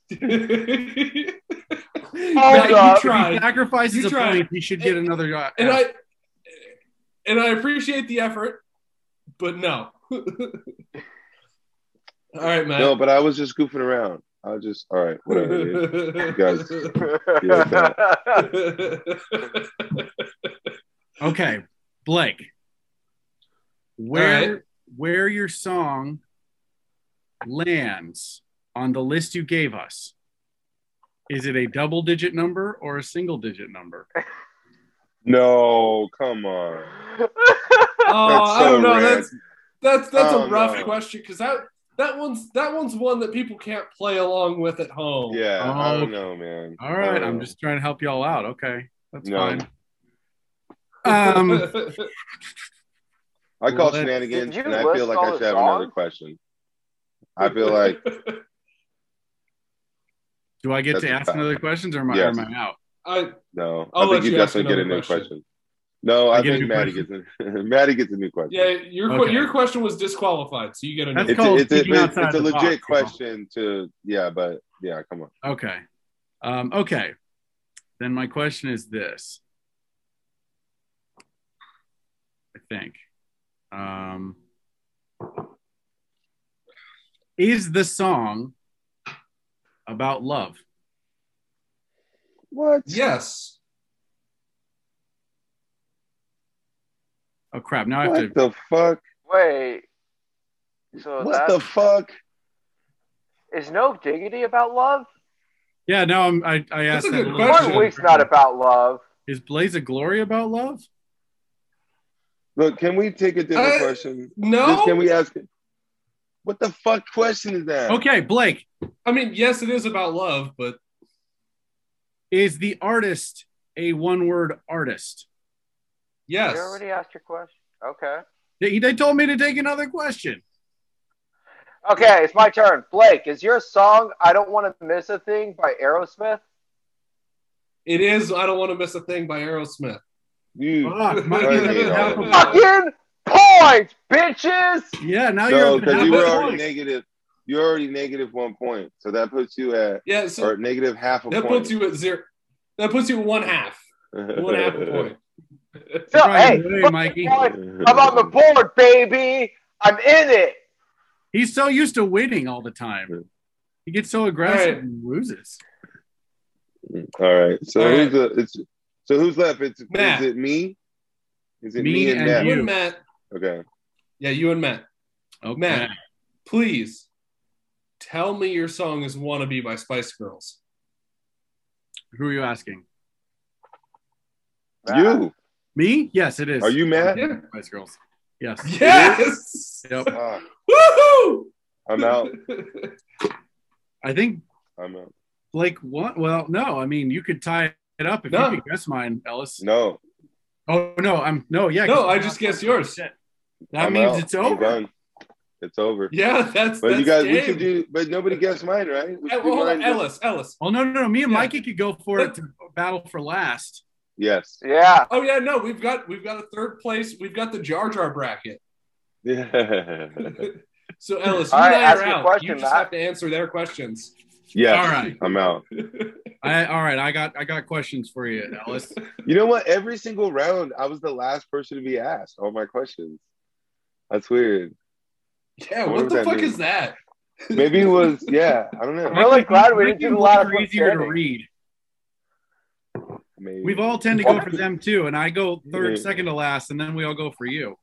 Matt, up. you tried. He sacrifices You a tried. point. He should get another. go- and I and I appreciate the effort, but no. all right, man. No, but I was just goofing around. I was just, all right, whatever. dude. guys. Okay, Blake. Where All where your song lands on the list you gave us? Is it a double digit number or a single digit number? No, come on. oh, That's I don't so know. rad. That's that's that's Oh, a rough no. question because that that one's that one's one that people can't play along with at home. Yeah, I Oh. don't know, man. All right, I don't I'm know. just trying to help y'all out. Okay, that's Um, No. fine. Um, I call Let's- shenanigans, Did you and I feel list like all I the should have another songs? question. I feel like do I get That's to a ask fact. another questions or am, I- Yes. or am I out? I no. I'll i let think you you ask definitely get a another new question. question. No, I, I get a think new Maddie gets a, Maddie gets a new question. yeah, your que- Okay. your question was disqualified, so you get a That's new it's one. a, called it's a, thinking it's, outside a the legit box, you know. question to yeah, but yeah, come on. Okay, um, okay. Then my question is this. I think. Um, is the song about love? What? yes. Oh crap! Now I have What to. the fuck? Wait. So What that the fuck? is no dignity about love. Yeah, now I'm. I, I That's asked a that good little- question. One week's not about love. Is Blaze of Glory about love? Look, can we take a different I- question? Just, No, can we ask it? What the fuck question is that? Okay, Blake I mean yes, it is about love, but is the artist a one-word artist. yes. You already asked your question. Okay. They, they told me to take another question. Okay, it's my turn. Blake, is your song "I Don't Want to Miss a Thing" by Aerosmith? It is. I don't want to miss a thing by Aerosmith. You Fuck, Mikey, I hate all of half you. of- Fucking Paul. points, bitches. Yeah, now No, you're up to because half you a were halfway already point. negative. You're already negative one point, so that puts you at Yeah, so or negative half a that point. puts you at zero. That puts you at one half. One half a point. So, Right, hey, hey, fucking Mikey. point. I'm on the board, baby. I'm in it. He's so used to winning all the time. He gets so aggressive All right. and loses. Mm, All right. So All who's the, it's so who's left? It's Matt. is it me? Is it Me me, and, and Matt? You you. and Matt. Okay. Yeah, you and Matt. Okay. Matt, please tell me your song is "Wanna Be" by Spice Girls. Who are you asking? You Me? Yes, it is. are you Matt? Yeah. Spice Girls? Yes. Yes. Yep. Ah, Woohoo! I'm out. I think I'm out. Blake won. Well, no, I mean you could tie it up if No. you could guess mine, Ellis. No, Oh no, I'm no, yeah. no, 'cause- I just guessed yours. Shit. That I'm means out. it's I'm over. done. It's over. Yeah, that's. But that's you guys, game. we should do. But nobody guessed mine, right? We Hey, should well, do hold on, mine. Ellis. Ellis. Well, Oh, no, no, no. Me and Yeah. Mikey could go for it to battle for last. Yes. Yeah. Oh yeah, no, we've got we've got a third place. We've got the Jar Jar bracket. Yeah. so Ellis, you All right, and I ask are me a out. question, you just Matt. have to answer their questions. yes. All right. I'm out. I all right. I got I got questions for you, Ellis. You know what? Every single round, I was the last person to be asked all my questions. That's weird. Yeah, What what, does the that fuck mean? is that? Maybe it was, yeah, I don't I'm know. really glad we Mikey didn't do and a lot Blake of are easier to pretending. read. Maybe. We've all tend to go for them too, and I go third, Yeah. second to last, and then we all go for you.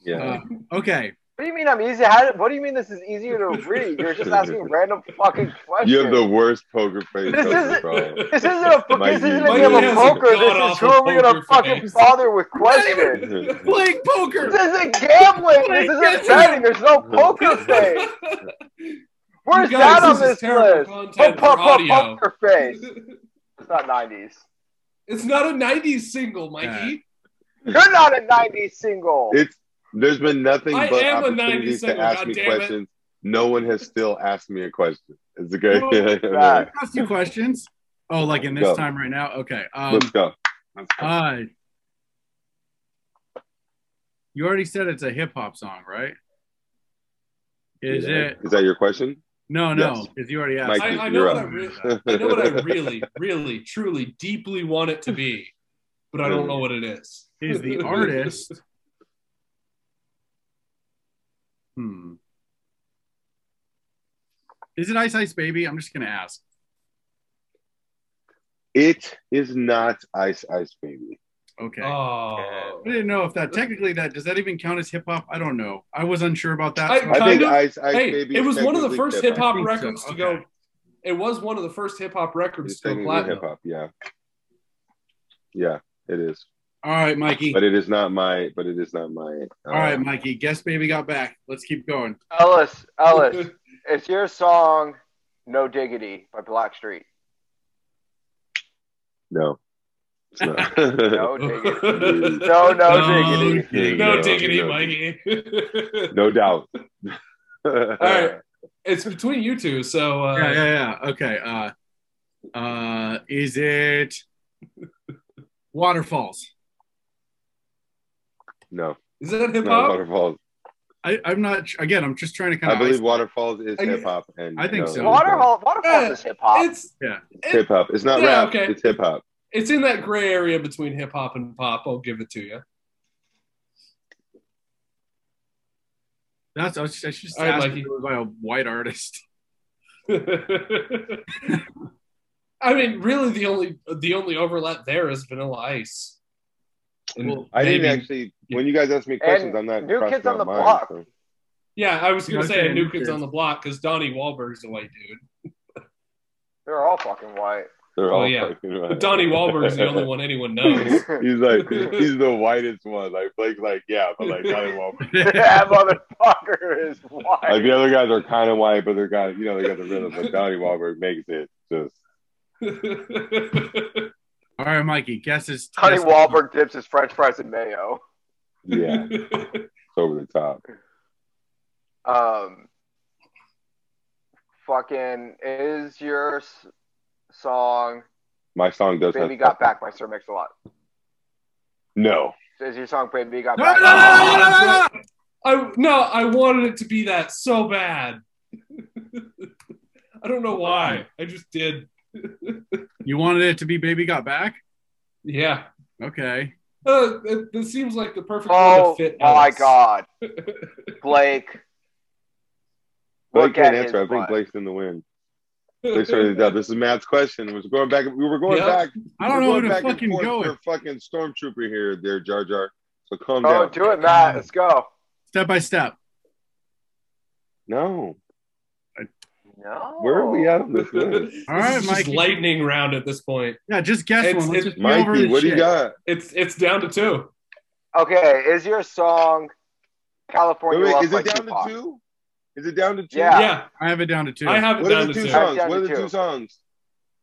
yeah. Uh, okay. What do you mean I'm easy? How, what do you mean this is easier to read? You're just asking random fucking questions. you have the worst poker face This ever, isn't- bro. this isn't a Mikey- this isn't a Mikey game of has a poker. This is god-awful who are we gonna poker fucking face. bother with questions? All Playing poker. This isn't gambling. This isn't betting. There's no poker face. Where's You guys, that on is this terrible list? Oh, content for Pop, pop, pop, audio. poker face. It's not 90s. It's not a '90s single, Mikey. You're not a 90s single. It's there's been nothing I but am a 90 opportunities to single, ask God me damn it. questions. No one has still asked me a question. It's okay. God. I asked you questions. Oh, like in this Go. time right now. Okay. Um, Let's go. Let's go. uh, you already said it's a hip hop song, right? Is it? Is that your question? No, no, Yes. because you already asked. Mikey, I, I know you're what I up. really, I know what I really, really, truly, deeply want it to be, but I don't know what it is. He's the artist. Hmm. Is it Ice Ice Baby? I'm just gonna ask. It is not Ice Ice Baby. Okay. Oh, I didn't know if that technically that does that even count as hip hop? I don't know. I was unsure about that. I- so- I think Kind of. Ice Ice hey, Baby. it was is one of the technically first hip hip-hop. hop I think so, records to go. okay. It was one of the first hip hop records It's to go technically platinum. hip hop. Yeah, yeah, it is. All right, Mikey. But it is not my. But it is not my. uh, All right, Mikey. Guess baby got back. Let's keep going. Ellis, Ellis, it's your song "No Diggity" by Blackstreet. No. It's not. No diggity. no, No, no No. diggity. diggity, no, Mikey. No doubt. All right. it's between you two, so uh, yeah, yeah, yeah. Okay. Uh, uh, is it waterfalls? No. is that hip Not hop? waterfalls. I, I'm not. Again, I'm just trying to kind I of. believe waterfalls is I- hip hop, and I think no, so. Waterfall, waterfalls is hip hop. It's Yeah. it- Hip hop. It's not Yeah, rap. okay. It's hip hop. it's in that gray area between hip hop and pop. I'll give it to you. That's I was just, I was just All right, asked Mikey. if it was by a white artist. I mean, really, the only the only overlap there is Vanilla Ice. And Well, I maybe- didn't actually. When you guys ask me questions, I'm not. New crossing Kids on out the mine, Block. so. Yeah, I was gonna Okay, say a new new kids kids. on the block because Donnie Wahlberg's a white dude. They're all fucking white. They're Oh, all yeah. fucking right. But Donnie Wahlberg's the only one anyone knows. he's like he's the whitest one. Like Blake's like, yeah, but like Donnie Wahlberg. that motherfucker is Like white. the other guys are kind of white, but they're got you know they got the rhythm. But Donnie Wahlberg makes it just All right, Mikey. Guess is Honey Wahlberg dips his French fries in mayo. yeah, it's over the top. Um, fucking is your s- song My song does "Baby have Got Back" by Sir Mix-a-Lot. no Is your song "Baby Got No, no, Back"? no, no, no, no, no, I no. no, I wanted it to be that so bad. I don't know why. I just did. You wanted it to be "Baby Got Back." Yeah. Okay. Uh, it, it seems like the perfect Oh one to fit. my Alex. god, Blake! Blake Look at can't his answer. I think butt. Blake's in the win. Blake's already done. This is Matt's question. It was going back. We were going Yep. back. I don't we're know going who to back and fucking forth go with. for Fucking stormtrooper here, there, Jar Jar. So calm Oh, down. do it, Matt. Let's go. Step by step. No, No. where are Oh. we at on this list? All right, this is just Mikey. lightning round at this point. Yeah, just guess It's- one. it's Let's just be over Mikey, this what do you shit. got? It's it's down to two. Okay, is your song Wait, "California wait, Love" is by it down Tupac? to two? Is it down to two? Yeah. Yeah, I have it down to two. I have it What are down the to two two. songs? Down to What are the two. two songs?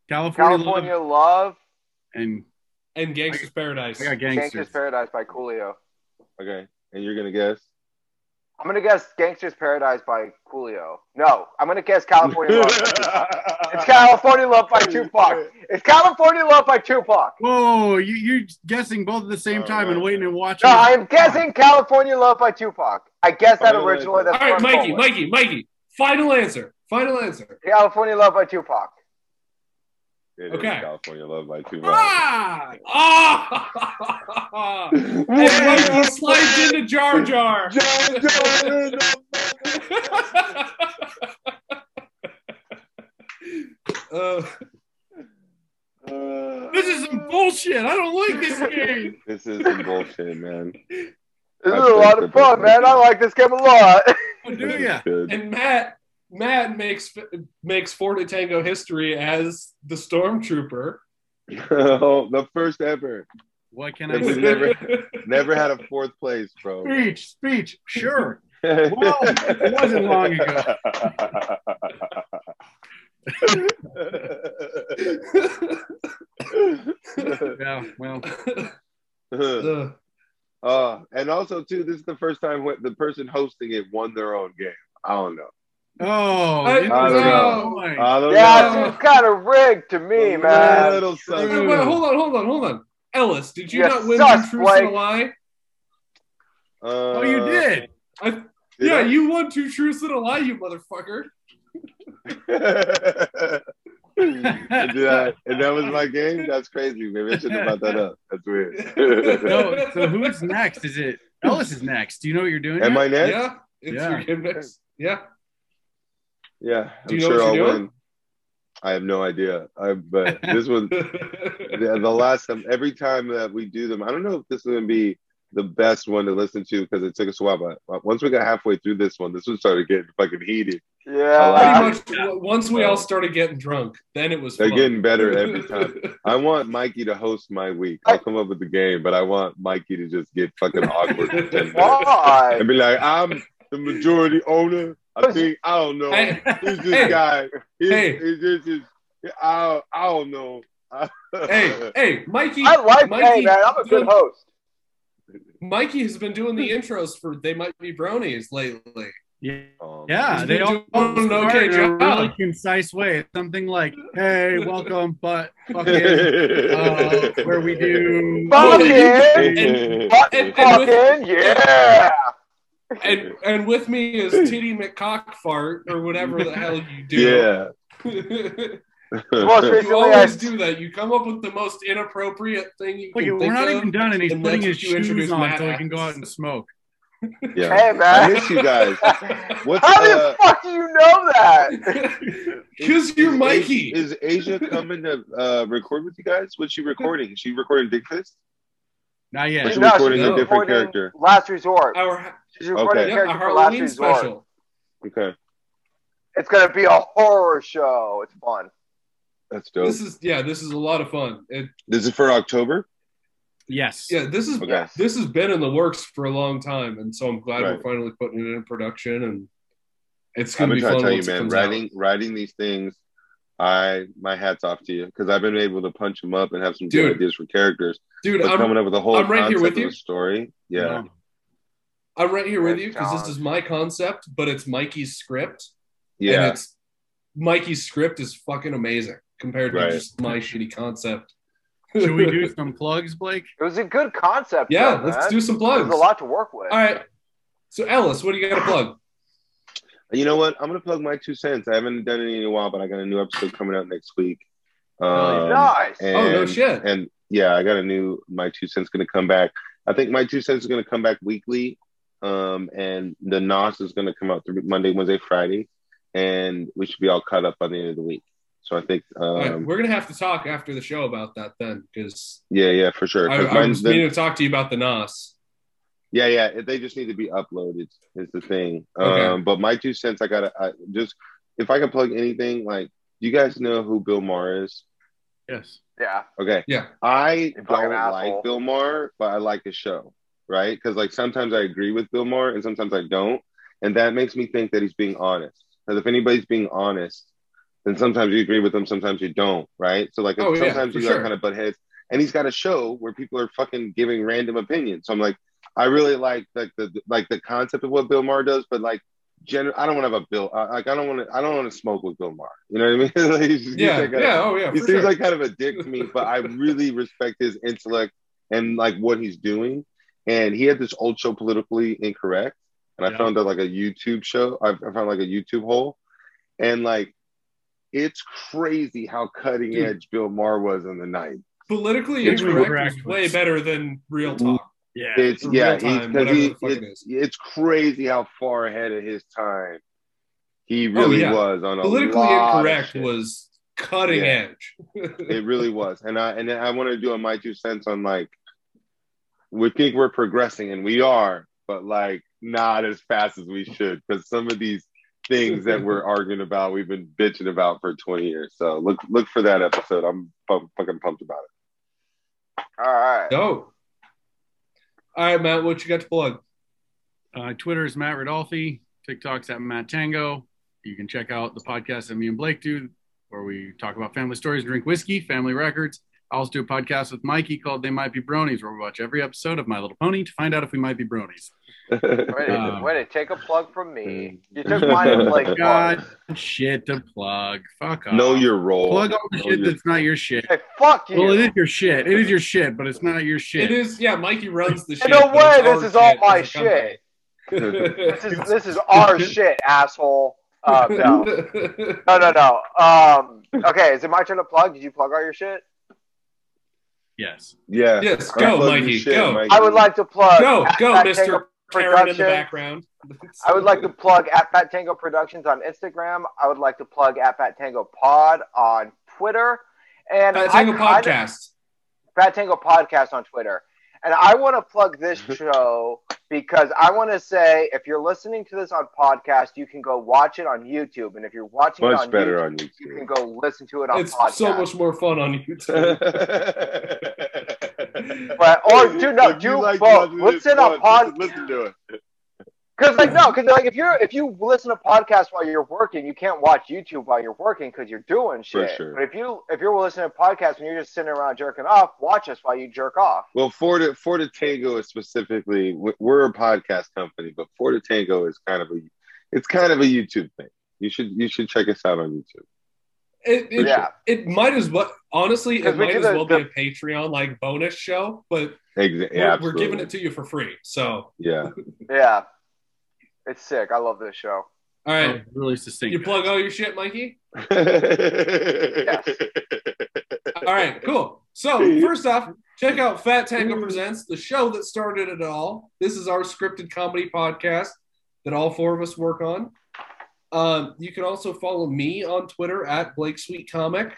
California, Love California Love, and And Gangster's Paradise. I got Gangster's gangsters. Paradise by Coolio. Okay, and you're gonna guess. I'm gonna guess Gangster's Paradise by Coolio. No, I'm gonna guess California Love. It's California Love by Tupac. It's California Love by Tupac. Whoa, you, you're guessing both at the same Oh, time no. and waiting and watching. No, I'm guessing California Love by Tupac. I guess that Oh, yeah, originally. All That's right, what I'm Mikey, going with. Mikey, Mikey. Final answer. Final answer. California Love by Tupac. It is Okay. California Love by Tupac. Ah! Ah! What? and Mikey slides into Jar Jar. Jar Jar in the- Uh, This is some bullshit. I don't like this game. This is some bullshit, man. This That's is a lot the- of fun, man. I like this game a lot. How This do is ya? good. and Matt Matt makes makes Forte Tango history as the stormtrooper. oh, the first ever. What can I This is do? never- Never had a fourth place, bro. Speech, speech. Sure. well, it wasn't long ago. Yeah. Well, Uh, uh, and also, too, this is the first time when the person hosting it won their own game. I don't know. Uh, oh, I- this I is- don't know. oh, my- I don't know. yeah, it's kind of rigged to me, A man. Little wait, something. wait, wait, hold on, hold on, hold on. Ellis, did you You not win suck, the truth Blake. and a lie? oh, you did. I, uh, Did yeah, I? you won two truths and a lie, you motherfucker. and, did I- and that was my game. That's crazy. Maybe I should have brought that up. That's weird. No, so who's next? Is it Ellis is next? Do you know what you're doing? Am yet? I next? Yeah, it's Yeah. your game next. Yeah. Yeah, Do I'm you know sure what I'll you're doing? win. I have no idea. I, but this was the, the last time. Every time that we do them, I don't know if this is going to be the best one to listen to because it took us a while. But but once we got halfway through this one, this one started getting fucking heated. Yeah. I Pretty much w- once we all started getting drunk, then it was They're fun. getting better every time. I want Mikey to host my week. I'll come up with the game, but I want Mikey to just get fucking awkward for 10 minutes Why? and be like, "I'm the majority owner." I think I don't know. Hey, Who's this Hey. guy? He's, Hey. he's, he's, he's- I, I don't know. hey, hey, Mikey. I like, Mikey, hey, man, I'm a good host. Mikey has been doing the intros for "They Might Be Bronies" lately. Yeah. Um, Yeah, He's they been all doing an start okay in a job. really concise way. Something like, "Hey, welcome," but fucking, uh, uh, where we do. Fucking, And- fucking, yeah. And and with me is Titty McCockfart or whatever the hell you do. yeah. you Most recently, I always do that. You come up with the most inappropriate thing you Look, can we're think not of. even done, and he's and putting that's his what you introduce shoes on Matt so he can as. go out and smoke. yeah. Hey, I man. miss you guys. What's How uh, the fuck do you know that? Because you're is- Mikey. Is, Asia coming to uh, record with you guys? What's she recording? Is she recording Dick Fist? Not yet. But She's you're not- recording she's a different recording character. Last Resort. our She's recording Okay. a yeah, character our for Last Halloween Resort. special. Okay, It's gonna be a horror show. It's fun. that's dope. This is yeah, this is a lot of fun. It, This is for October. Yes. yeah, this is Okay. Yes. this has been in the works for a long time, and so I'm glad Right. we're finally putting it in production, and it's I've gonna been be trying fun to tell you, once it man. comes Writing, out. writing these things, I my hats off to you because I've been able to punch them up and have some Dude. good ideas for characters. dude. But I'm, coming up with a whole I'm right here concept with of you. Uh-huh. a story, yeah, No. I'm right here with you because Challenge. this is my concept, but it's Mikey's script, and yeah, it's Mikey's script is fucking amazing compared to Right. just my shitty concept. Should we do some plugs, Blake? It was a good concept. Yeah, though, let's man. do some There's plugs. a All lot to work with. right. So Ellis, what do you got to plug? You know what? I'm gonna plug my two cents. I haven't done any in a while, but I got a new episode coming out next week. Um, nice. and, Oh, no shit. And yeah, I got a new my two cents gonna come back. I think my two cents is gonna come back weekly. Um, and the NOS is gonna come out through Monday, Wednesday, Friday, and we should be all caught up by the end of the week. So I think, All right, um, we're gonna have to talk after the show about that then, because yeah, yeah, for sure. I, 'Cause I mine's was the- meaning to talk to you about the Nas. Yeah, yeah. if They just need to be uploaded. Is the thing. Okay. Um, but my two cents, I gotta I just if I could plug anything. Like, do you guys know who Bill Maher is? Yes. Yeah. Okay, Yeah. I fucking don't asshole. like Bill Maher, but I like his show, right? Because like sometimes I agree with Bill Maher and sometimes I don't, and that makes me think that he's being honest. Because if anybody's being honest, then sometimes you agree with them, sometimes you don't, right? So like Oh, yeah, sometimes for you like, sure. kind of butt heads, and he's got a show where people are fucking giving random opinions. So I'm like, I really like like the like the concept of what Bill Maher does, but like. Gen- I don't want to have a Bill. I, like I don't want to. I don't want to smoke with Bill Maher. You know what I mean? Like, he's just- he's Yeah. like a- yeah. Oh yeah. he for seems sure. like kind of a dick to me, but I really respect his intellect and like what he's doing. And he had this old show politically incorrect, and I Yeah. found out like a YouTube show. I, I found like a YouTube hole, and like it's crazy how cutting Dude. edge Bill Maher was in the night. politically It's incorrect correct. is way better than real talk. Yeah. It's Real yeah, time, he's, 'cause whatever he- the fuck it it's, it's crazy how far ahead of his time he really Oh, yeah. was on a Politically lot of incorrect shit. was cutting Yeah. edge. it really was and i and i want to do a my two cents on like we think we're progressing and we are but like not as fast as we should because some of these things that we're arguing about we've been bitching about for 20 years so look look for that episode i'm pump, fucking pumped about it All right. Dope. All right, Matt, what you got to plug? Uh, Twitter is Matt Rodolfi. TikTok's at Matt Tango. You can check out the podcast that me and Blake do, where we talk about family stories, drink whiskey, family records. I also do a podcast with Mikey called They Might Be Bronies, where we watch every episode of My Little Pony to find out if we might be bronies. Wait, a- Um, wait, a- take a plug from me. You took mine and Blake's God. plug. Shit to plug. Fuck off. know your role plug all the Know shit your- that's not your shit. Hey, fuck you. Well, it is your shit. It is your shit, but it's not your It shit. is, yeah, Mikey runs the shit. no but it's way, our this is all my as a this is this is our shit, asshole. Uh, no, company. no, no, no. Um, okay, is it my turn to plug? Did you plug all your shit? Yes. yeah yes, Plug go, your Mikey. shit, Go. Mikey. I would like to plug. Go, at go, Fat Mr. Tango Karen in the Production. background. I would like to plug at Fat Tango Productions on Instagram. I would like to plug at Fat Tango Pod on Twitter. And Fat Tango I kinda- Podcast. Fat Tango Podcast on Twitter. And I want to plug this show because I want to say if you're listening to this on podcast, you can go watch it on YouTube. And if you're watching it much on better YouTube, on you can youtube go listen to it on It's podcast. so much more fun on YouTube. but or do no If you do like both. watching this, Listen on watch- pod listen to it because like no because like if you're if you listen to podcasts while you're working, you can't watch YouTube while you're working because you're doing shit. sure. But if you if you're listening to podcasts and you're just sitting around jerking off, watch us while you jerk off. Well, Forta Forta Tango is specifically we- we're a podcast company, but Forta Tango is kind of a it's kind of a YouTube thing. You should you should check us out on YouTube. It, it, Yeah. it might as well, honestly, it 'Cause we might do as the- well be the- a Patreon like bonus show, but Exa- we're- yeah, we're, absolutely. giving it to you for free. So, yeah. Yeah, it's sick. I love this show. all That right, was Oh, really succinct. you plug all your shit, Mikey. All right, cool. So, first off, check out Fat Tango Presents, the show that started it all. This is our scripted comedy podcast that all four of us work on. Um, you can also follow me on Twitter at Blake Sweet Comic.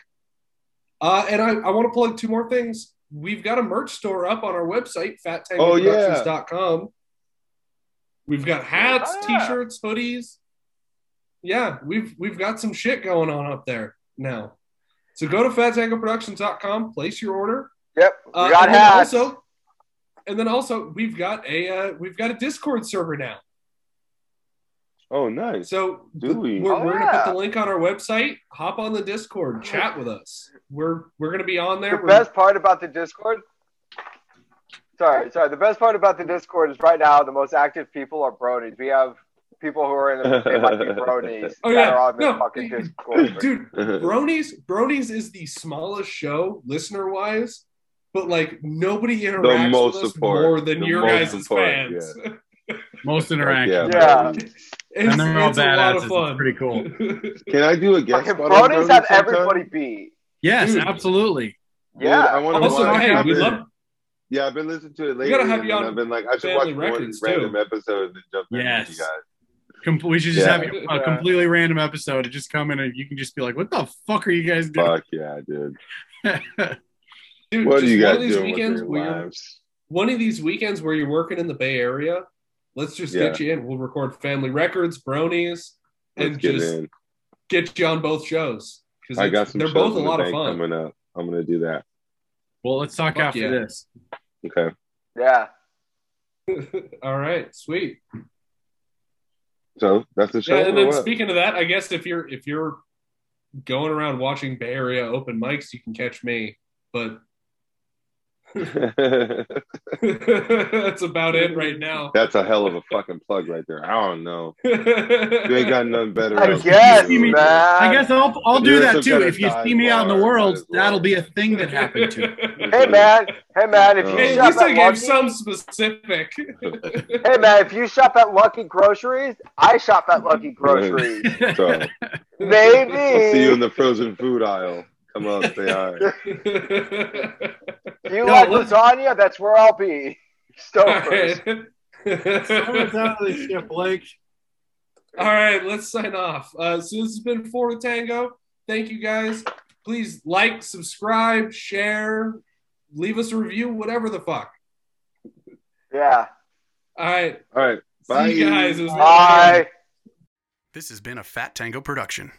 Uh, and I, I want to plug two more things. We've got a merch store up on our website, fattangoproductions.com. We've got hats, Yeah. t-shirts, hoodies. Yeah, we've we've got some shit going on up there now. So go to fattangoproductions.com, place your order. Yep, we Uh, got and then hats. also, and then also we've got a uh, we've got a Discord server now. oh, nice. So Do we? we're, Oh, we're gonna yeah. put the link on our website. Hop on the Discord, chat with us. We're we're gonna be on there. the We're- best part about the Discord. Sorry, sorry. The best part about the Discord is right now the most active people are bronies. We have people who are in the they might be bronies Oh, that yeah. are on the No. fucking Discord. Uh-huh. dude, Bronies Bronies is the smallest show listener wise, but like nobody interacts most with us support. more than The your most guys' support, fans. Most interaction. yeah. Yeah. It's, And they're all it's a lot badasses. of It's fun. pretty cool. Can I do a guest Fucking spot on Brody's Brody's have sometime? everybody beat. Yes, Dude. absolutely. Dude, Yeah. I want to also, watch. hey, I've we been- love yeah, I've been listening to it We lately. gotta have and you then on I've been like, I should watch Family one Records, too. random episode and jump in with Yes. you guys. Com- we should just Yeah. have a Yeah. completely random episode to just come in and you can just be like, "What the fuck are you guys doing?" Fuck yeah, dude. dude, What just one are you guys of these doing with weekends your where you're- lives? one of these weekends where you're working in the Bay Area. Let's just get you in. We'll record family records, bronies, Let's and get just in. get you on both shows. 'Cause I it's- got some They're shows both a in the lot of bank fun. coming up. I'm gonna do that. Well, let's talk Fuck after yeah. this. Okay. Yeah. All right, sweet. So that's the show. Yeah, and or then what? speaking of that, I guess if you're if you're going around watching Bay Area open mics, you can catch me. But that's about it right now. that's a hell of a fucking plug right there. I don't know. You ain't got nothing better. I else to guess, do. man. I guess I'll I'll do You're that some too. kind of If you dive see me out in the bar, world, might as well. that'll be a thing that happened to. you. Hey man. Hey man. If you Hey, Hey, shop at least I at gave Lucky, some specific. hey man, if you shop at Lucky Groceries, I shop at Lucky Groceries. So Maybe. I'll see you in the frozen food aisle. Come on, say hi. If you No, like let's- lasagna? That's where I'll be. All Stouffer's. right. All right, let's sign off. Uh, so this has been Four with Tango. Thank you guys. Please like, subscribe, share, leave us a review, whatever the fuck. Yeah. All right. All right. Bye. See you guys. It was- Bye. This has been a Fat Tango production.